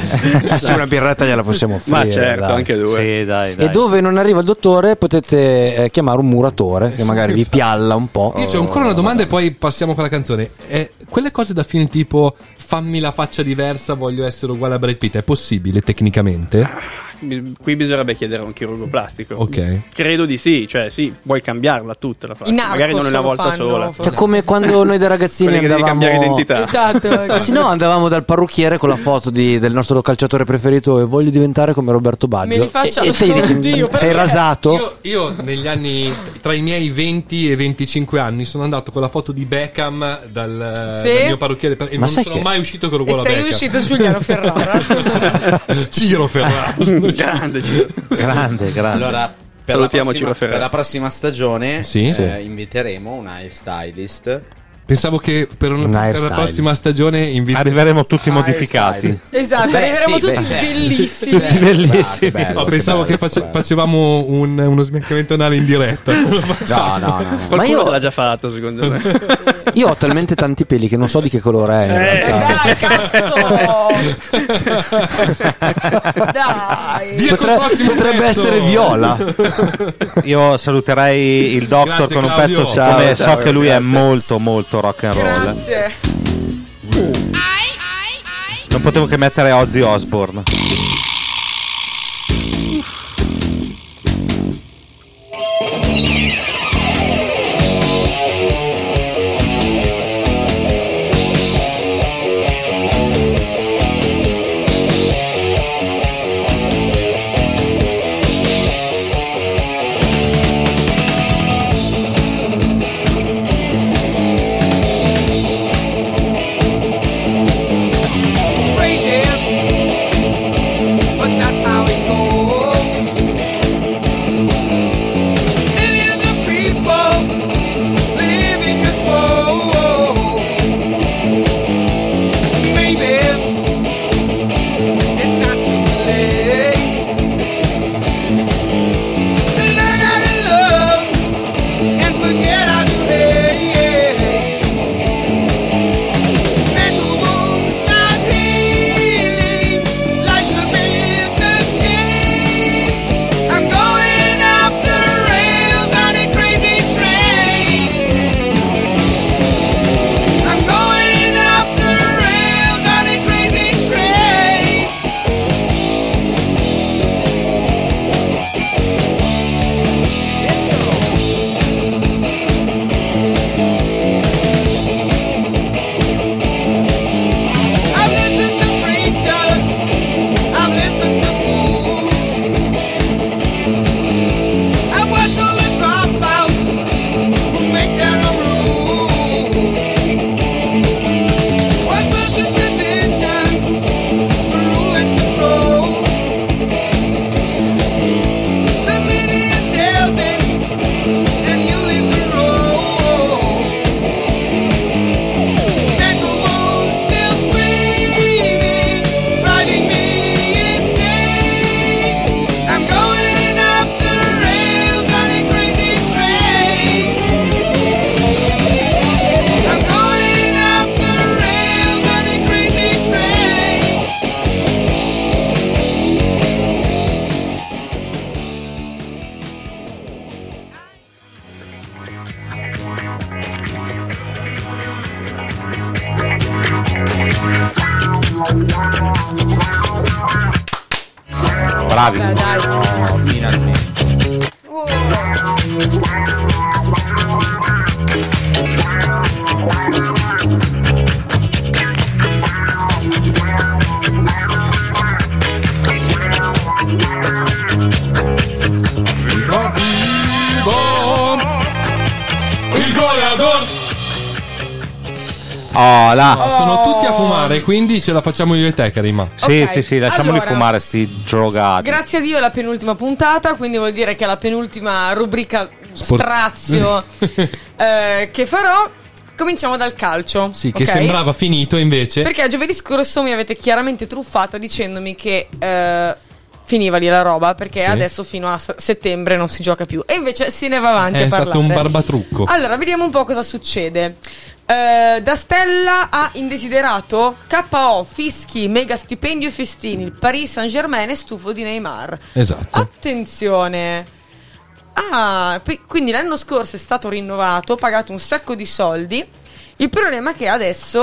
S6: Ah, sì, una birretta gliela possiamo offrire.
S10: certo,
S6: dai.
S4: Sì, dai, dai.
S6: E dove non arriva il dottore potete eh, chiamare un muratore che magari vi pialla un po'.
S7: Io ho ancora una domanda e poi passiamo con la canzone. Eh, quelle cose da film tipo fammi la faccia diversa, voglio essere uguale a Brad Pitt, è possibile
S6: Eh,
S7: tecnicamente?
S10: Bi- Ah, Qui bisognerebbe chiedere a un chirurgo plastico.
S7: Ok.
S10: Credo di sì, cioè sì, puoi cambiarla tutta la faccia,
S3: In Narcos
S10: magari non una
S3: lo
S10: volta
S3: fanno,
S10: sola.
S6: Cioè, come quando noi da ragazzini
S10: Quelli che devi
S6: andavamo
S10: cambiare identità.
S3: Esatto.
S6: Sì, no, andavamo dal parrucchiere con la foto di- del nostro calciatore preferito e voglio diventare come Roberto
S3: Me li
S6: Baggio.
S3: faccia-
S6: E, e te gli dici,
S3: Oddio,
S6: sei
S3: perché?"
S6: rasato?
S7: Io, io negli anni tra i miei 20 e 25 anni sono andato con la foto di Beckham dal,
S3: Sì?
S7: dal mio parrucchiere per- e
S6: Ma
S7: non
S6: sai
S7: sono
S6: che-
S7: mai uscito con
S3: E
S7: l'uguale a
S3: sei
S7: Beckham.
S3: uscito Giuliano Ferrara.
S7: Ciro Ferraro.
S10: grande,
S3: cioè.
S10: Ciro.
S4: grande, grande.
S8: Allora, per
S10: Salutiamo
S8: la
S10: Ciro
S8: prossima,
S10: Ferrara.
S8: per la prossima stagione
S7: Sì.
S8: eh,
S7: Sì.
S8: inviteremo una hairstylist.
S7: Pensavo che per, un-
S8: Una
S7: per la
S8: hairstyle.
S7: prossima stagione
S4: arriveremo tutti modificati.
S3: Esatto,
S8: Beh,
S3: arriveremo
S8: sì,
S3: tutti
S8: beh, certo.
S3: bellissimi.
S4: Tutti bellissimi.
S7: No, pensavo che, face- facevamo un- uno sbiancamento anale in diretta.
S8: No, no, no.
S10: Qualcuno
S6: Ma io-
S10: l'ha già fatto, secondo me. Eh,
S6: Io ho talmente tanti peli che non so di che colore è. in realtà.
S3: Dai.
S7: Via
S6: Potre- potrebbe essere viola.
S4: Io saluterei il doctor
S7: Grazie,
S4: con un
S7: Claudio.
S4: pezzo
S7: Ciao,
S4: come
S7: ciao,
S4: so che lui
S7: grazie.
S4: è molto molto rock and roll. Uh.
S3: Grazie.
S4: Non potevo che mettere Ozzy Osbourne.
S5: crazy, but that's how it goes. Millions of people living this world. Maybe it's not too late to learn how to love and forget how to hate. Mental wounds not healing. Life's a bitter shame. I'm going off the rails on a crazy train. I'm going off the rails on a crazy train. I've listened to preachers, I've listened to fools. I've watched all the dropouts who make their own rules. What was the condition for rule and control? The media sells it, and you leave the road. Mental wounds still screaming, driving me insane. I'm going off the rails on a crazy train. I'm going off the rails on a crazy train.
S4: Bravi.
S7: Bom! Il goleador!
S4: Oh, là.
S7: No, sono
S3: Oh.
S7: tutti a fumare, quindi ce la facciamo io e te, Karima.
S4: Sì, sì, sì, lasciamoli
S3: allora-
S4: fumare sti drogati.
S3: Grazie a Dio è la penultima puntata, quindi vuol dire che è la penultima rubrica
S4: Sport-
S3: strazio eh, che farò. Cominciamo dal calcio.
S7: Sì, che
S3: ok?
S7: sembrava finito invece.
S3: Perché giovedì scorso mi avete chiaramente truffata dicendomi che eh, finiva lì la roba perché
S7: Sì.
S3: adesso fino a s- settembre non si gioca più. E invece si ne va avanti
S7: è
S3: a parlare.
S7: stato un barbatrucco.
S3: Allora, vediamo un po' cosa succede. Eh, da Stella a Indesiderato, KO, fischi, mega stipendio e festini. Il Paris Saint Germain è stufo di Neymar.
S7: Esatto.
S3: Attenzione. Ah, pe- quindi l'anno scorso è stato rinnovato, pagato un sacco di soldi. Il problema è che adesso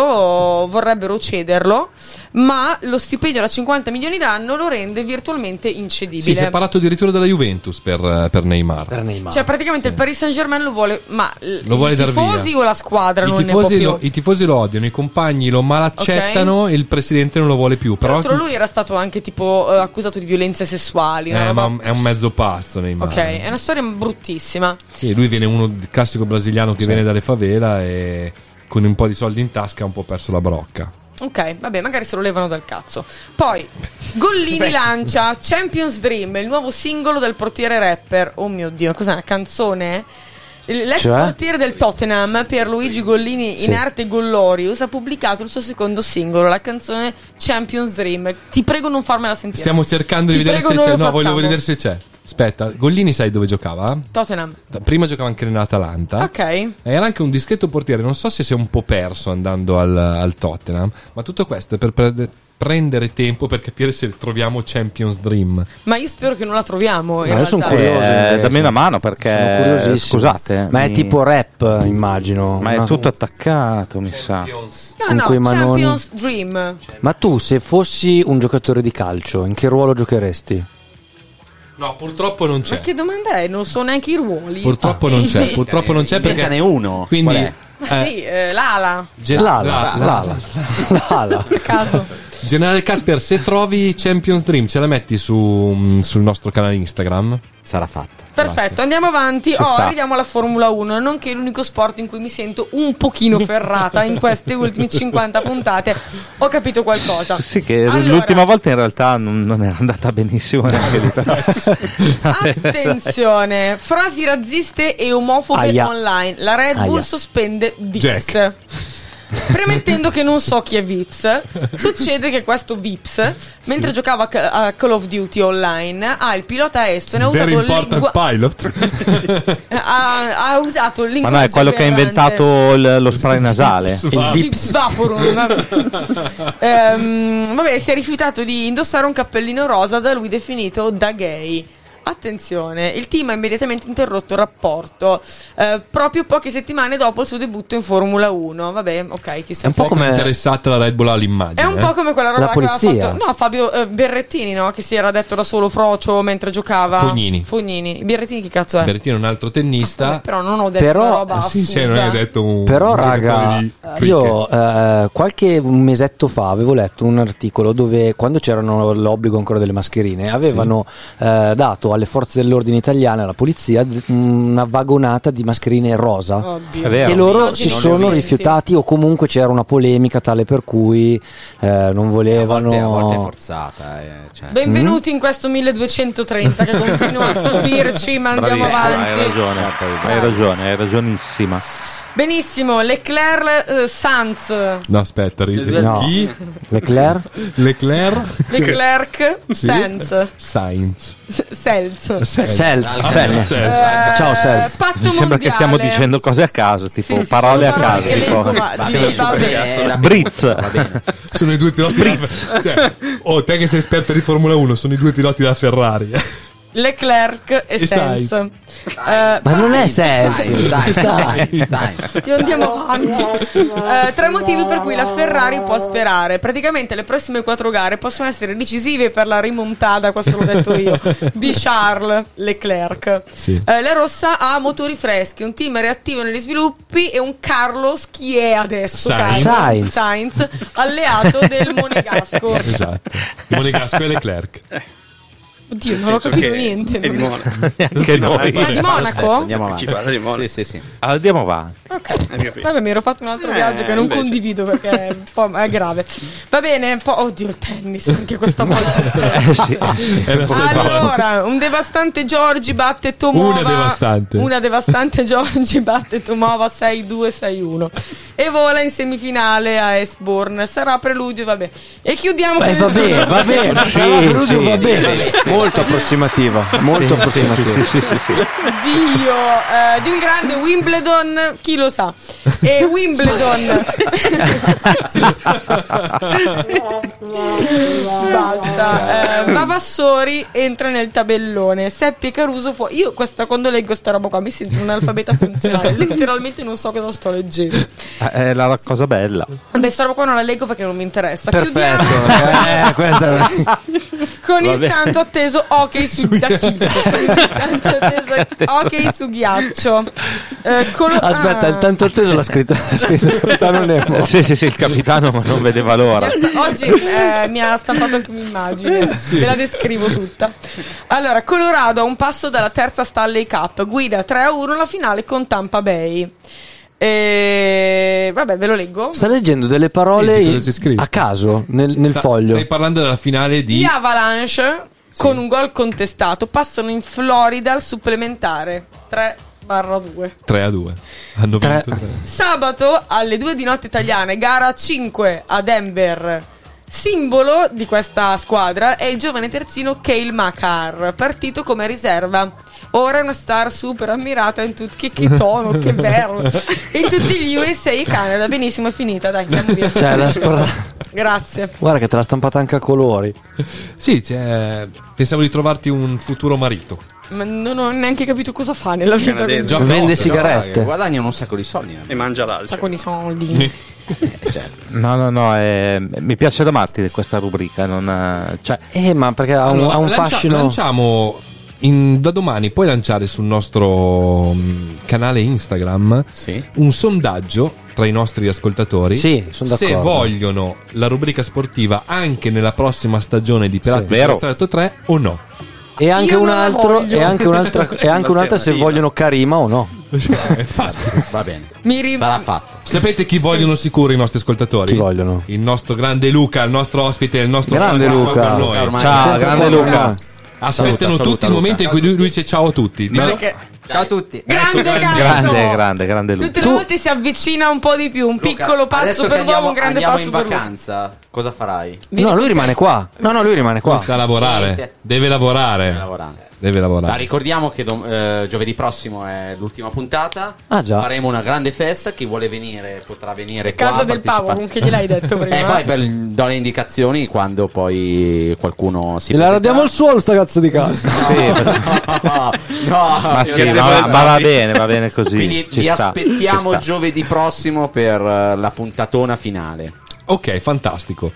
S3: vorrebbero cederlo, ma lo stipendio da 50 milioni l'anno lo rende virtualmente incedibile.
S7: Sì, si è parlato addirittura della Juventus per, per Neymar.
S3: Cioè, praticamente il Paris Saint Germain lo vuole, ma l-
S7: Lo vuole
S3: i
S7: dar
S3: tifosi
S7: via.
S3: o la squadra
S7: I
S3: non ne può
S7: tifosi,
S3: più.
S7: lo, I tifosi lo odiano, i compagni lo malaccettano e il presidente non lo vuole più.
S3: Tra
S7: Però
S3: l'altro lui era stato anche tipo eh, accusato di violenze sessuali, una
S7: Eh,
S3: roba-
S7: ma è un mezzo pazzo Neymar.
S3: Ok, è una storia bruttissima.
S7: Sì, lui viene uno d- classico brasiliano che viene dalle favela e con un po' di soldi in tasca ha un po' perso la brocca.
S3: Ok, vabbè, magari se lo levano dal cazzo. Poi, Gollini lancia Champions Dream, il nuovo singolo del portiere rapper. Oh mio dio, cos'è una canzone? L'ex
S5: Cioè?
S3: portiere del Tottenham, Pierluigi Gollini,
S5: Sì.
S3: in arte Gollorius, ha pubblicato il suo secondo singolo, la canzone Champions Dream. Ti prego non farmela sentire.
S7: Stiamo cercando
S3: Ti
S7: di vedere
S3: prego,
S7: se
S3: non
S7: c'è.
S3: lo
S7: No, voglio
S3: facciamo.
S7: vedere se c'è. Aspetta, Gollini sai dove giocava?
S3: Tottenham.
S7: Prima giocava anche nell'Atalanta.
S3: Ok.
S7: Era anche un discreto portiere, non so se si è un po' perso andando al, al Tottenham, ma tutto questo è per prende- prendere tempo per capire se troviamo Champions Dream.
S3: Ma io spero che non la troviamo. in
S7: No, io son
S3: realtà.
S7: curioso.
S4: Eh,
S7: invece.
S4: dammi una mano perché
S7: Sono curiosissimo.
S4: scusate.
S6: Ma è tipo
S4: rap, immagino. Ma
S6: no?
S4: è tutto attaccato, mi sa.
S3: No,
S6: con
S3: no,
S6: quei manoni.
S3: Champions Dream.
S6: Ma tu, se fossi un giocatore di calcio, in che ruolo giocheresti?
S7: No, purtroppo non
S3: Ma
S7: c'è.
S3: che domanda è? Non so neanche i ruoli.
S7: Purtroppo non c'è, purtroppo non c'è perché
S8: Inventane uno.
S7: Quindi
S8: Qual è?
S3: Ma sì, eh, l'ala.
S7: Gen-
S8: Lala, Lala.
S3: Per caso.
S7: Generale Casper, se trovi Champions Dream, ce la metti su, mm, sul nostro canale Instagram?
S8: Sarà fatta.
S3: Perfetto, andiamo avanti.
S7: Ci
S3: Oh,
S7: sta.
S3: arriviamo alla Formula 1, nonché l'unico sport in cui mi sento un pochino ferrata in queste ultime 50 puntate. Ho capito qualcosa.
S4: Sì, che
S3: Allora,
S4: l'ultima volta in realtà non, non era andata benissimo. neanche di te.
S3: Attenzione, frasi razziste e omofobe
S4: Aia.
S3: online. La Red Bull
S4: Aia.
S3: sospende Vips. Premettendo che non so chi è Vips, succede che questo Vips, mentre giocava a ca- a Call of Duty online, ha il pilota estone ha
S7: Very
S3: usato, il
S7: important
S3: lingua-
S7: pilot.
S3: ha, ha usato il
S4: Ma
S3: linguaggio
S4: no, è quello che ha
S3: aberrante.
S4: inventato il- lo spray nasale.
S3: Il Vaporum, vabbè. Ehm, vabbè, si è rifiutato di indossare un cappellino rosa da lui definito da gay. Attenzione, il team ha immediatamente interrotto il rapporto eh, proprio poche settimane dopo il suo debutto in Formula 1. Vabbè, ok, chissà.
S7: È un po' come interessata la Red Bull all'immagine. eh.
S3: È un po' come quella roba
S7: La
S3: che aveva
S7: polizia.
S3: fatto no, Fabio eh, Berrettini, no? che si era detto da solo frocio mentre giocava.
S7: Fognini.
S3: Fognini. Berrettini che cazzo è?
S7: Berrettino è un altro tennista.
S3: Ah, Però non ho detto una roba
S7: eh,
S3: assurda.
S7: detto un
S6: Però,
S7: giocatore
S6: raga,
S7: di
S6: io eh, qualche mesetto fa avevo letto un articolo dove, quando c'erano l'obbligo ancora delle mascherine, avevano eh, dato alle forze dell'ordine italiane, alla polizia, d- una vagonata di mascherine rosa.
S4: Oddio. È vero.
S6: E loro
S4: Oggi
S6: si
S4: non le ho
S6: sono
S4: viste.
S6: rifiutati, o comunque c'era una polemica tale per cui eh, non volevano. Mm?
S8: A volte è forzata. eh, cioè.
S3: Benvenuti in questo 1230 che continua a stupirci, ma andiamo
S4: Bravissima,
S3: avanti.
S4: hai
S10: Eh,
S4: ragione, hai ragione, hai ragionissima.
S3: Benissimo, Leclerc eh, Sanz.
S7: No, aspetta, ride.
S6: No.
S7: Chi?
S6: Leclerc?
S7: Leclerc?
S3: Leclerc
S7: Sì.
S3: Sanz.
S7: Sainz.
S3: S- Selz.
S7: Ah,
S4: Selz.
S3: Eh,
S4: Selz.
S3: Ciao, Selz. patto
S4: Mi sembra che
S3: mondiale.
S4: stiamo dicendo cose a caso, tipo
S3: Sì, sì,
S4: parole a
S3: sono
S4: caso.
S3: parole che
S4: tipo-
S3: leggo, ma Va di- bene, va super bene. cazzo, la-
S4: Britz.
S7: Sono i due piloti.
S4: Spritz.
S7: Cioè, oh, te che sei esperto di Formula 1, sono i due piloti della Ferrari.
S3: Leclerc e,
S7: E
S3: Sanz.
S7: Sainz.
S3: Eh,
S6: Ma non è Selz,
S7: Sainz,
S6: Sainz.
S3: Io andiamo avanti. Eh, tre motivi per cui la Ferrari può sperare. Praticamente le prossime quattro gare possono essere decisive per la rimontada, questo l'ho detto io, di Charles Leclerc.
S5: Sì.
S3: Eh, la rossa ha motori freschi, un team reattivo negli sviluppi e un Carlos chi è adesso?
S7: Sainz.
S3: Carlos
S7: Sainz.
S3: Sainz, alleato del Monegasco.
S10: Esatto.
S7: esatto. Monegasco e Leclerc.
S3: Oddio,
S10: Nel
S3: non ho
S10: senso
S3: capito
S10: che
S3: niente.
S10: è di Monaco.
S4: Neanche noi.
S3: Ma di Monaco?
S8: andiamo
S10: Ci
S8: avanti.
S10: parla di Monaco.
S8: Sì, sì, sì.
S4: Allora, Andiamo avanti.
S3: Vabbè, mi ero fatto un altro
S10: Eh,
S3: viaggio che non
S10: invece.
S3: condivido perché è, un po' è grave. Va bene, po- oddio, il tennis anche questa volta.
S4: Eh sì,
S3: Allora, un devastante Giorgi batte Tomova.
S7: Una devastante.
S3: Una devastante Giorgi batte Tomova 6-2-6-1. E vola in semifinale a Esborn. Sarà preludio, vabbè. E chiudiamo
S6: Beh,
S3: con
S6: Eh, va bene, va bene.
S4: Sì,
S6: Sarà
S4: sì,
S6: va
S4: sì,
S6: bene.
S4: sì.
S6: Molto approssimativa. Molto
S4: Sì, sì,
S6: approssimativa.
S4: sì, sì, sì, sì.
S3: Dio, eh, di un grande Wimbledon, chi lo sa? E Wimbledon. Basta. Eh, Vavassori entra nel tabellone. Seppi e Caruso fuori. Io questa, quando leggo sta roba qua mi sento un alfabeta funzionale. Letteralmente non so cosa sto leggendo.
S4: Eh, È la cosa bella.
S3: Beh, sta roba qua non la leggo perché non mi interessa.
S4: Perfetto.
S3: Chiudiamo
S4: Eh, questa è
S3: con
S4: Va
S3: il
S4: bene.
S3: tanto atteso hockey su da chi? Tanto atteso hockey su ghiaccio. Eh, colo-
S6: Aspetta,
S3: ah.
S6: il tanto atteso l'ha scritto. L'ha scritto il capitano Nemo.
S4: Sì, sì, sì, il capitano non vedeva l'ora.
S3: Oggi eh, mi ha stampato anche un'immagine, ve la descrivo tutta. Allora, Colorado a un passo dalla terza Stanley Cup, guida 3-1 la finale con Tampa Bay. E... Vabbè, ve lo leggo.
S6: Sta leggendo delle parole
S7: Leggi cosa c'è scritto.
S6: a caso nel, nel
S7: Sta-
S6: foglio.
S7: Stai parlando della finale
S3: Gli
S7: di.
S3: Avalanche, con un gol contestato, passano in Florida al supplementare 3-2.
S7: 3 a 2. Hanno vinto. tre.
S3: Sabato alle 2 di notte italiane, gara 5 a Denver. Simbolo di questa squadra è il giovane terzino Kale Makar, partito come riserva. Ora è una star super ammirata in tutti che, che tono, che bello. In tutti gli USA e Canada, benissimo, è finita, dai, andiamo via.
S6: Cioè, la spor-
S3: Grazie.
S6: Guarda che te l'ha stampata anche a colori.
S7: Sì, c'è- pensavo di trovarti un futuro marito.
S3: Ma non ho neanche capito cosa fa nella vita
S10: Canadese.
S3: quindi-
S7: Gioca
S6: Vende
S7: otto.
S6: sigarette.
S8: Guadagnano un sacco di soldi. eh.
S10: E mangia
S3: Sa
S10: l'altro.
S3: con i soldi.
S4: No, no, no, eh, mi piace da matti questa rubrica. Non, eh, cioè,
S6: Eh, ma perché ha un,
S7: Allora,
S6: ha un
S7: lancia-
S6: fascino.
S7: Lanciamo in- da domani, puoi lanciare sul nostro mm, canale Instagram
S8: Sì.
S7: un sondaggio tra i nostri ascoltatori.
S6: Sì, sono
S7: Se
S6: d'accordo.
S7: vogliono la rubrica sportiva anche nella prossima stagione di Pirati
S4: Sì, vero.
S7: 383 o no.
S6: E anche
S3: Io
S6: un
S3: non la
S6: altro,
S3: voglio.
S6: e anche un'altra, e anche un'altra se
S10: Un'alternativa.
S6: vogliono Karima o no.
S8: Va bene.
S3: Mi ri-
S8: Sarà fatto.
S7: Sapete chi vogliono sicuro i nostri ascoltatori?
S6: Chi vogliono?
S7: Il nostro grande Luca, il nostro ospite, il nostro
S6: Grande
S7: programma
S6: Luca.
S7: con noi.
S8: Ormai-
S4: Ciao,
S6: Sempre
S4: grande
S6: Luca.
S4: Luca.
S7: Aspettano
S8: Saluta,
S7: tutti
S8: saluta,
S7: il momento in
S8: Luca.
S7: cui lui dice ciao a tutti. Dillo.
S3: Perché-
S8: Ciao a tutti. Ecco,
S3: Grande cazzo!
S4: Grande, grande, grande
S3: Tutte
S4: Luca.
S3: le volte si avvicina un po' di più, un piccolo passo per l'uomo, un grande
S8: andiamo
S3: passo
S8: in
S3: per l'uomo.
S8: vacanza. Cosa farai?
S6: No, lui rimane qua. No, no, lui rimane qua.
S7: Sta a lavorare. Deve
S8: Deve
S7: lavorare.
S8: lavorare.
S7: Deve
S8: Ma
S7: lavorare.
S8: ricordiamo che dom- eh, giovedì prossimo è l'ultima puntata.
S6: Ah, già.
S8: Faremo una grande festa. Chi vuole venire potrà venire qua.
S3: Casa del
S8: partecipa-
S3: Power, che gliel'hai detto prima.
S4: Eh,
S6: Eh,
S8: E Eh, poi per- do le indicazioni quando poi qualcuno si
S6: la
S8: presenterà.
S6: radiamo al suolo, sta cazzo di casa.
S8: no, no,
S4: Ma, sì,
S8: Quindi-
S4: no, ma va bene, va bene così.
S8: Quindi
S4: ci
S8: vi
S4: sta, ci
S8: aspettiamo
S4: sta.
S8: giovedì prossimo per eh, la puntatona finale.
S7: Ok, fantastico.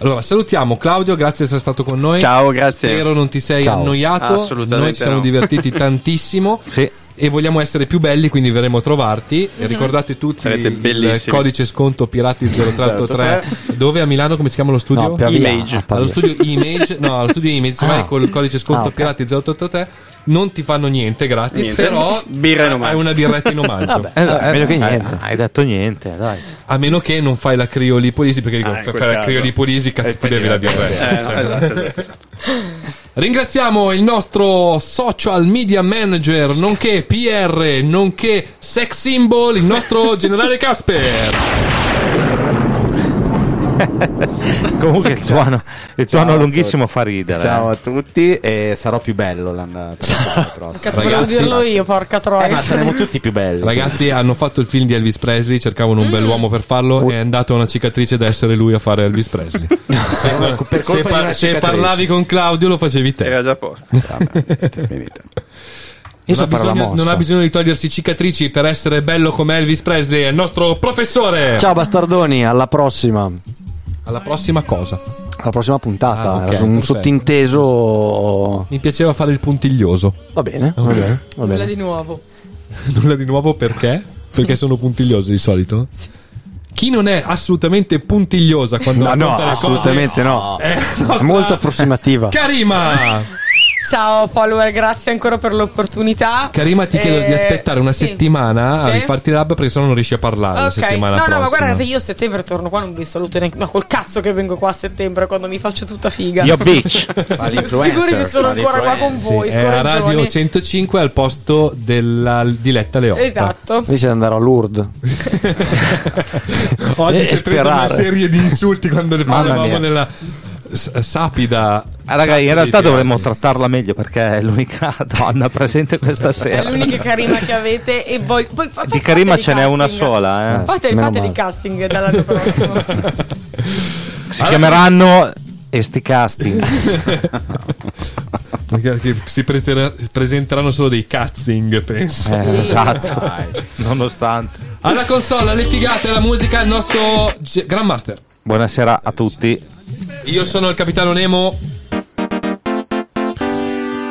S7: Allora, salutiamo Claudio, grazie di essere stato con noi.
S10: Ciao, grazie.
S7: Spero non ti sei
S6: Ciao.
S7: annoiato.
S10: Assolutamente
S7: Noi ci siamo
S10: no.
S7: divertiti tantissimo.
S4: Sì.
S7: E vogliamo essere più belli, quindi verremo a trovarti. E Ricordate tutti
S10: Mhm. Sarete
S7: il
S10: bellissimi.
S7: codice sconto Pirati 0383. Dove a Milano come si chiama lo studio?
S6: Certo, No, Ah, per
S10: Image.
S7: Allo studio Image, no, allo studio Image, se
S6: Ah.
S7: vai col codice sconto
S6: Ah, ok.
S7: Pirati 0883 non ti fanno niente gratis,
S10: Niente.
S7: però
S10: Birra in omaggio.
S7: hai una birretta in omaggio.
S6: Vabbè. Eh, meglio che niente.
S4: hai detto niente, dai.
S7: A meno che non fai la criolipolisi, perché dico,
S10: Ah, in
S7: fai
S10: quel
S7: la
S10: caso.
S7: criolipolisi, cazzo, ti bevi la Cioè, birretta.
S10: Eh, no, esatto, esatto, esatto.
S7: Ringraziamo il nostro social media manager, nonché PR, nonché sex symbol, il nostro generale Casper.
S4: Comunque
S7: Cioè,
S4: il suono, il
S8: Ciao
S4: suono
S8: a
S4: lunghissimo
S8: tutti.
S4: fa ridere.
S8: Ciao
S4: eh.
S8: a tutti e sarò più bello l'anno l'anno prossimo.
S3: Cazzo, volevo
S7: Ragazzi,
S3: dirlo io, porca troia.
S8: Eh, ma saremo tutti più belli.
S7: Ragazzi, hanno fatto il film di Elvis Presley, cercavano un bell'uomo per farlo, è andata una cicatrice ad essere lui a fare Elvis Presley.
S8: Per colpa
S7: se,
S8: di
S7: par-
S8: una
S7: se
S8: cicatrice.
S7: parlavi con Claudio lo facevi te.
S10: Era già a posto.
S6: Io
S7: non,
S6: so
S7: ha
S6: fare la
S7: bisogno,
S6: mossa.
S7: non ha bisogno di togliersi cicatrici per essere bello come Elvis Presley, è il nostro professore.
S6: Eh. Ciao bastardoni, alla prossima.
S7: Alla prossima cosa.
S6: Alla prossima puntata.
S7: Ah, ok,
S6: Era un
S7: perfetto.
S6: sottinteso.
S7: Mi piaceva fare il puntiglioso.
S6: Va bene, va bene, va
S3: Nulla
S6: bene.
S3: di nuovo.
S7: Nulla di nuovo perché? Perché sono puntiglioso di solito. Chi non è assolutamente puntigliosa quando
S6: No, no,
S7: racconta le cose
S6: assolutamente no.
S7: è la nostra
S6: Molto approssimativa.
S7: Karima!
S3: Ciao follower, grazie ancora per l'opportunità.
S7: Carima ti chiedo
S3: Eh,
S7: di aspettare una
S3: sì.
S7: settimana a
S3: Sì.
S7: rifarti l'hub perché sennò non riesci a parlare la
S3: Ok, no,
S7: settimana
S3: no,
S7: prossima.
S3: ma guardate, io a settembre torno qua, non vi saluto neanche. Ma col cazzo che vengo qua a settembre quando mi faccio tutta figa.
S7: Io bitch. Fa l'influencer,
S3: Figurati, sono
S7: fa
S3: ancora qua con
S7: Sì,
S3: voi.
S7: è a Radio
S3: scoraggioni.
S7: 105 al posto della diletta Leotta.
S3: Esatto.
S18: Invece di andare a Lourdes.
S7: Oggi
S18: E
S10: Eh,
S7: si è preso una
S18: sperare.
S7: serie di insulti quando ne
S18: Mamma
S7: parlavamo
S18: mia.
S7: nella s- sapida.
S4: Ah, raga, in
S7: sapida
S4: realtà
S7: idea.
S4: dovremmo trattarla meglio perché è l'unica donna presente questa
S3: È
S4: sera.
S3: l'unica carima che avete. E voi, poi fa- fa-
S4: Di Karima
S3: fate
S4: ce
S3: dei
S4: n'è una
S3: casting.
S4: sola. eh.
S3: Fate, fate di casting dall'anno prossimo.
S4: Si chiameranno Esti Casting.
S7: Perché che si preterà- presenteranno solo dei cazzing, penso.
S4: Eh, Sì. esatto.
S7: Dai.
S4: Nonostante.
S7: Alla console, le figate, la musica, il nostro G- Grandmaster.
S4: Buonasera a tutti.
S7: Io sono il capitano Nemo.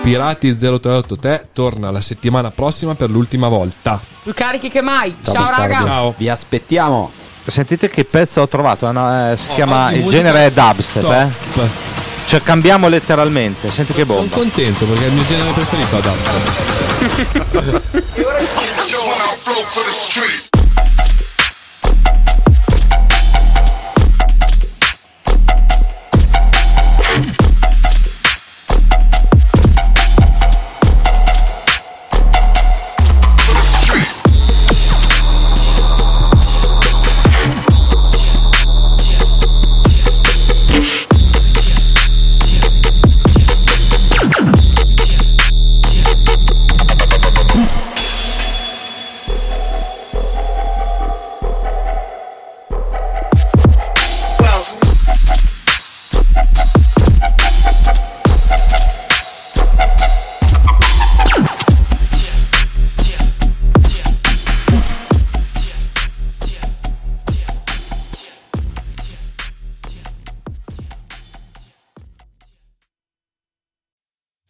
S7: Pirati 0383 torna la settimana prossima per l'ultima volta.
S3: Più carichi che mai. Ciao, raga.
S19: Vi aspettiamo.
S4: Sentite che pezzo ho trovato. eh, no, eh, si
S7: Oh,
S4: chiama.
S7: oggi
S4: Il
S7: musica
S4: genere è dubstep.
S7: top.
S4: eh. Cioè, cambiamo letteralmente. Senti che bomba.
S7: Sono contento perché è il mio genere preferito.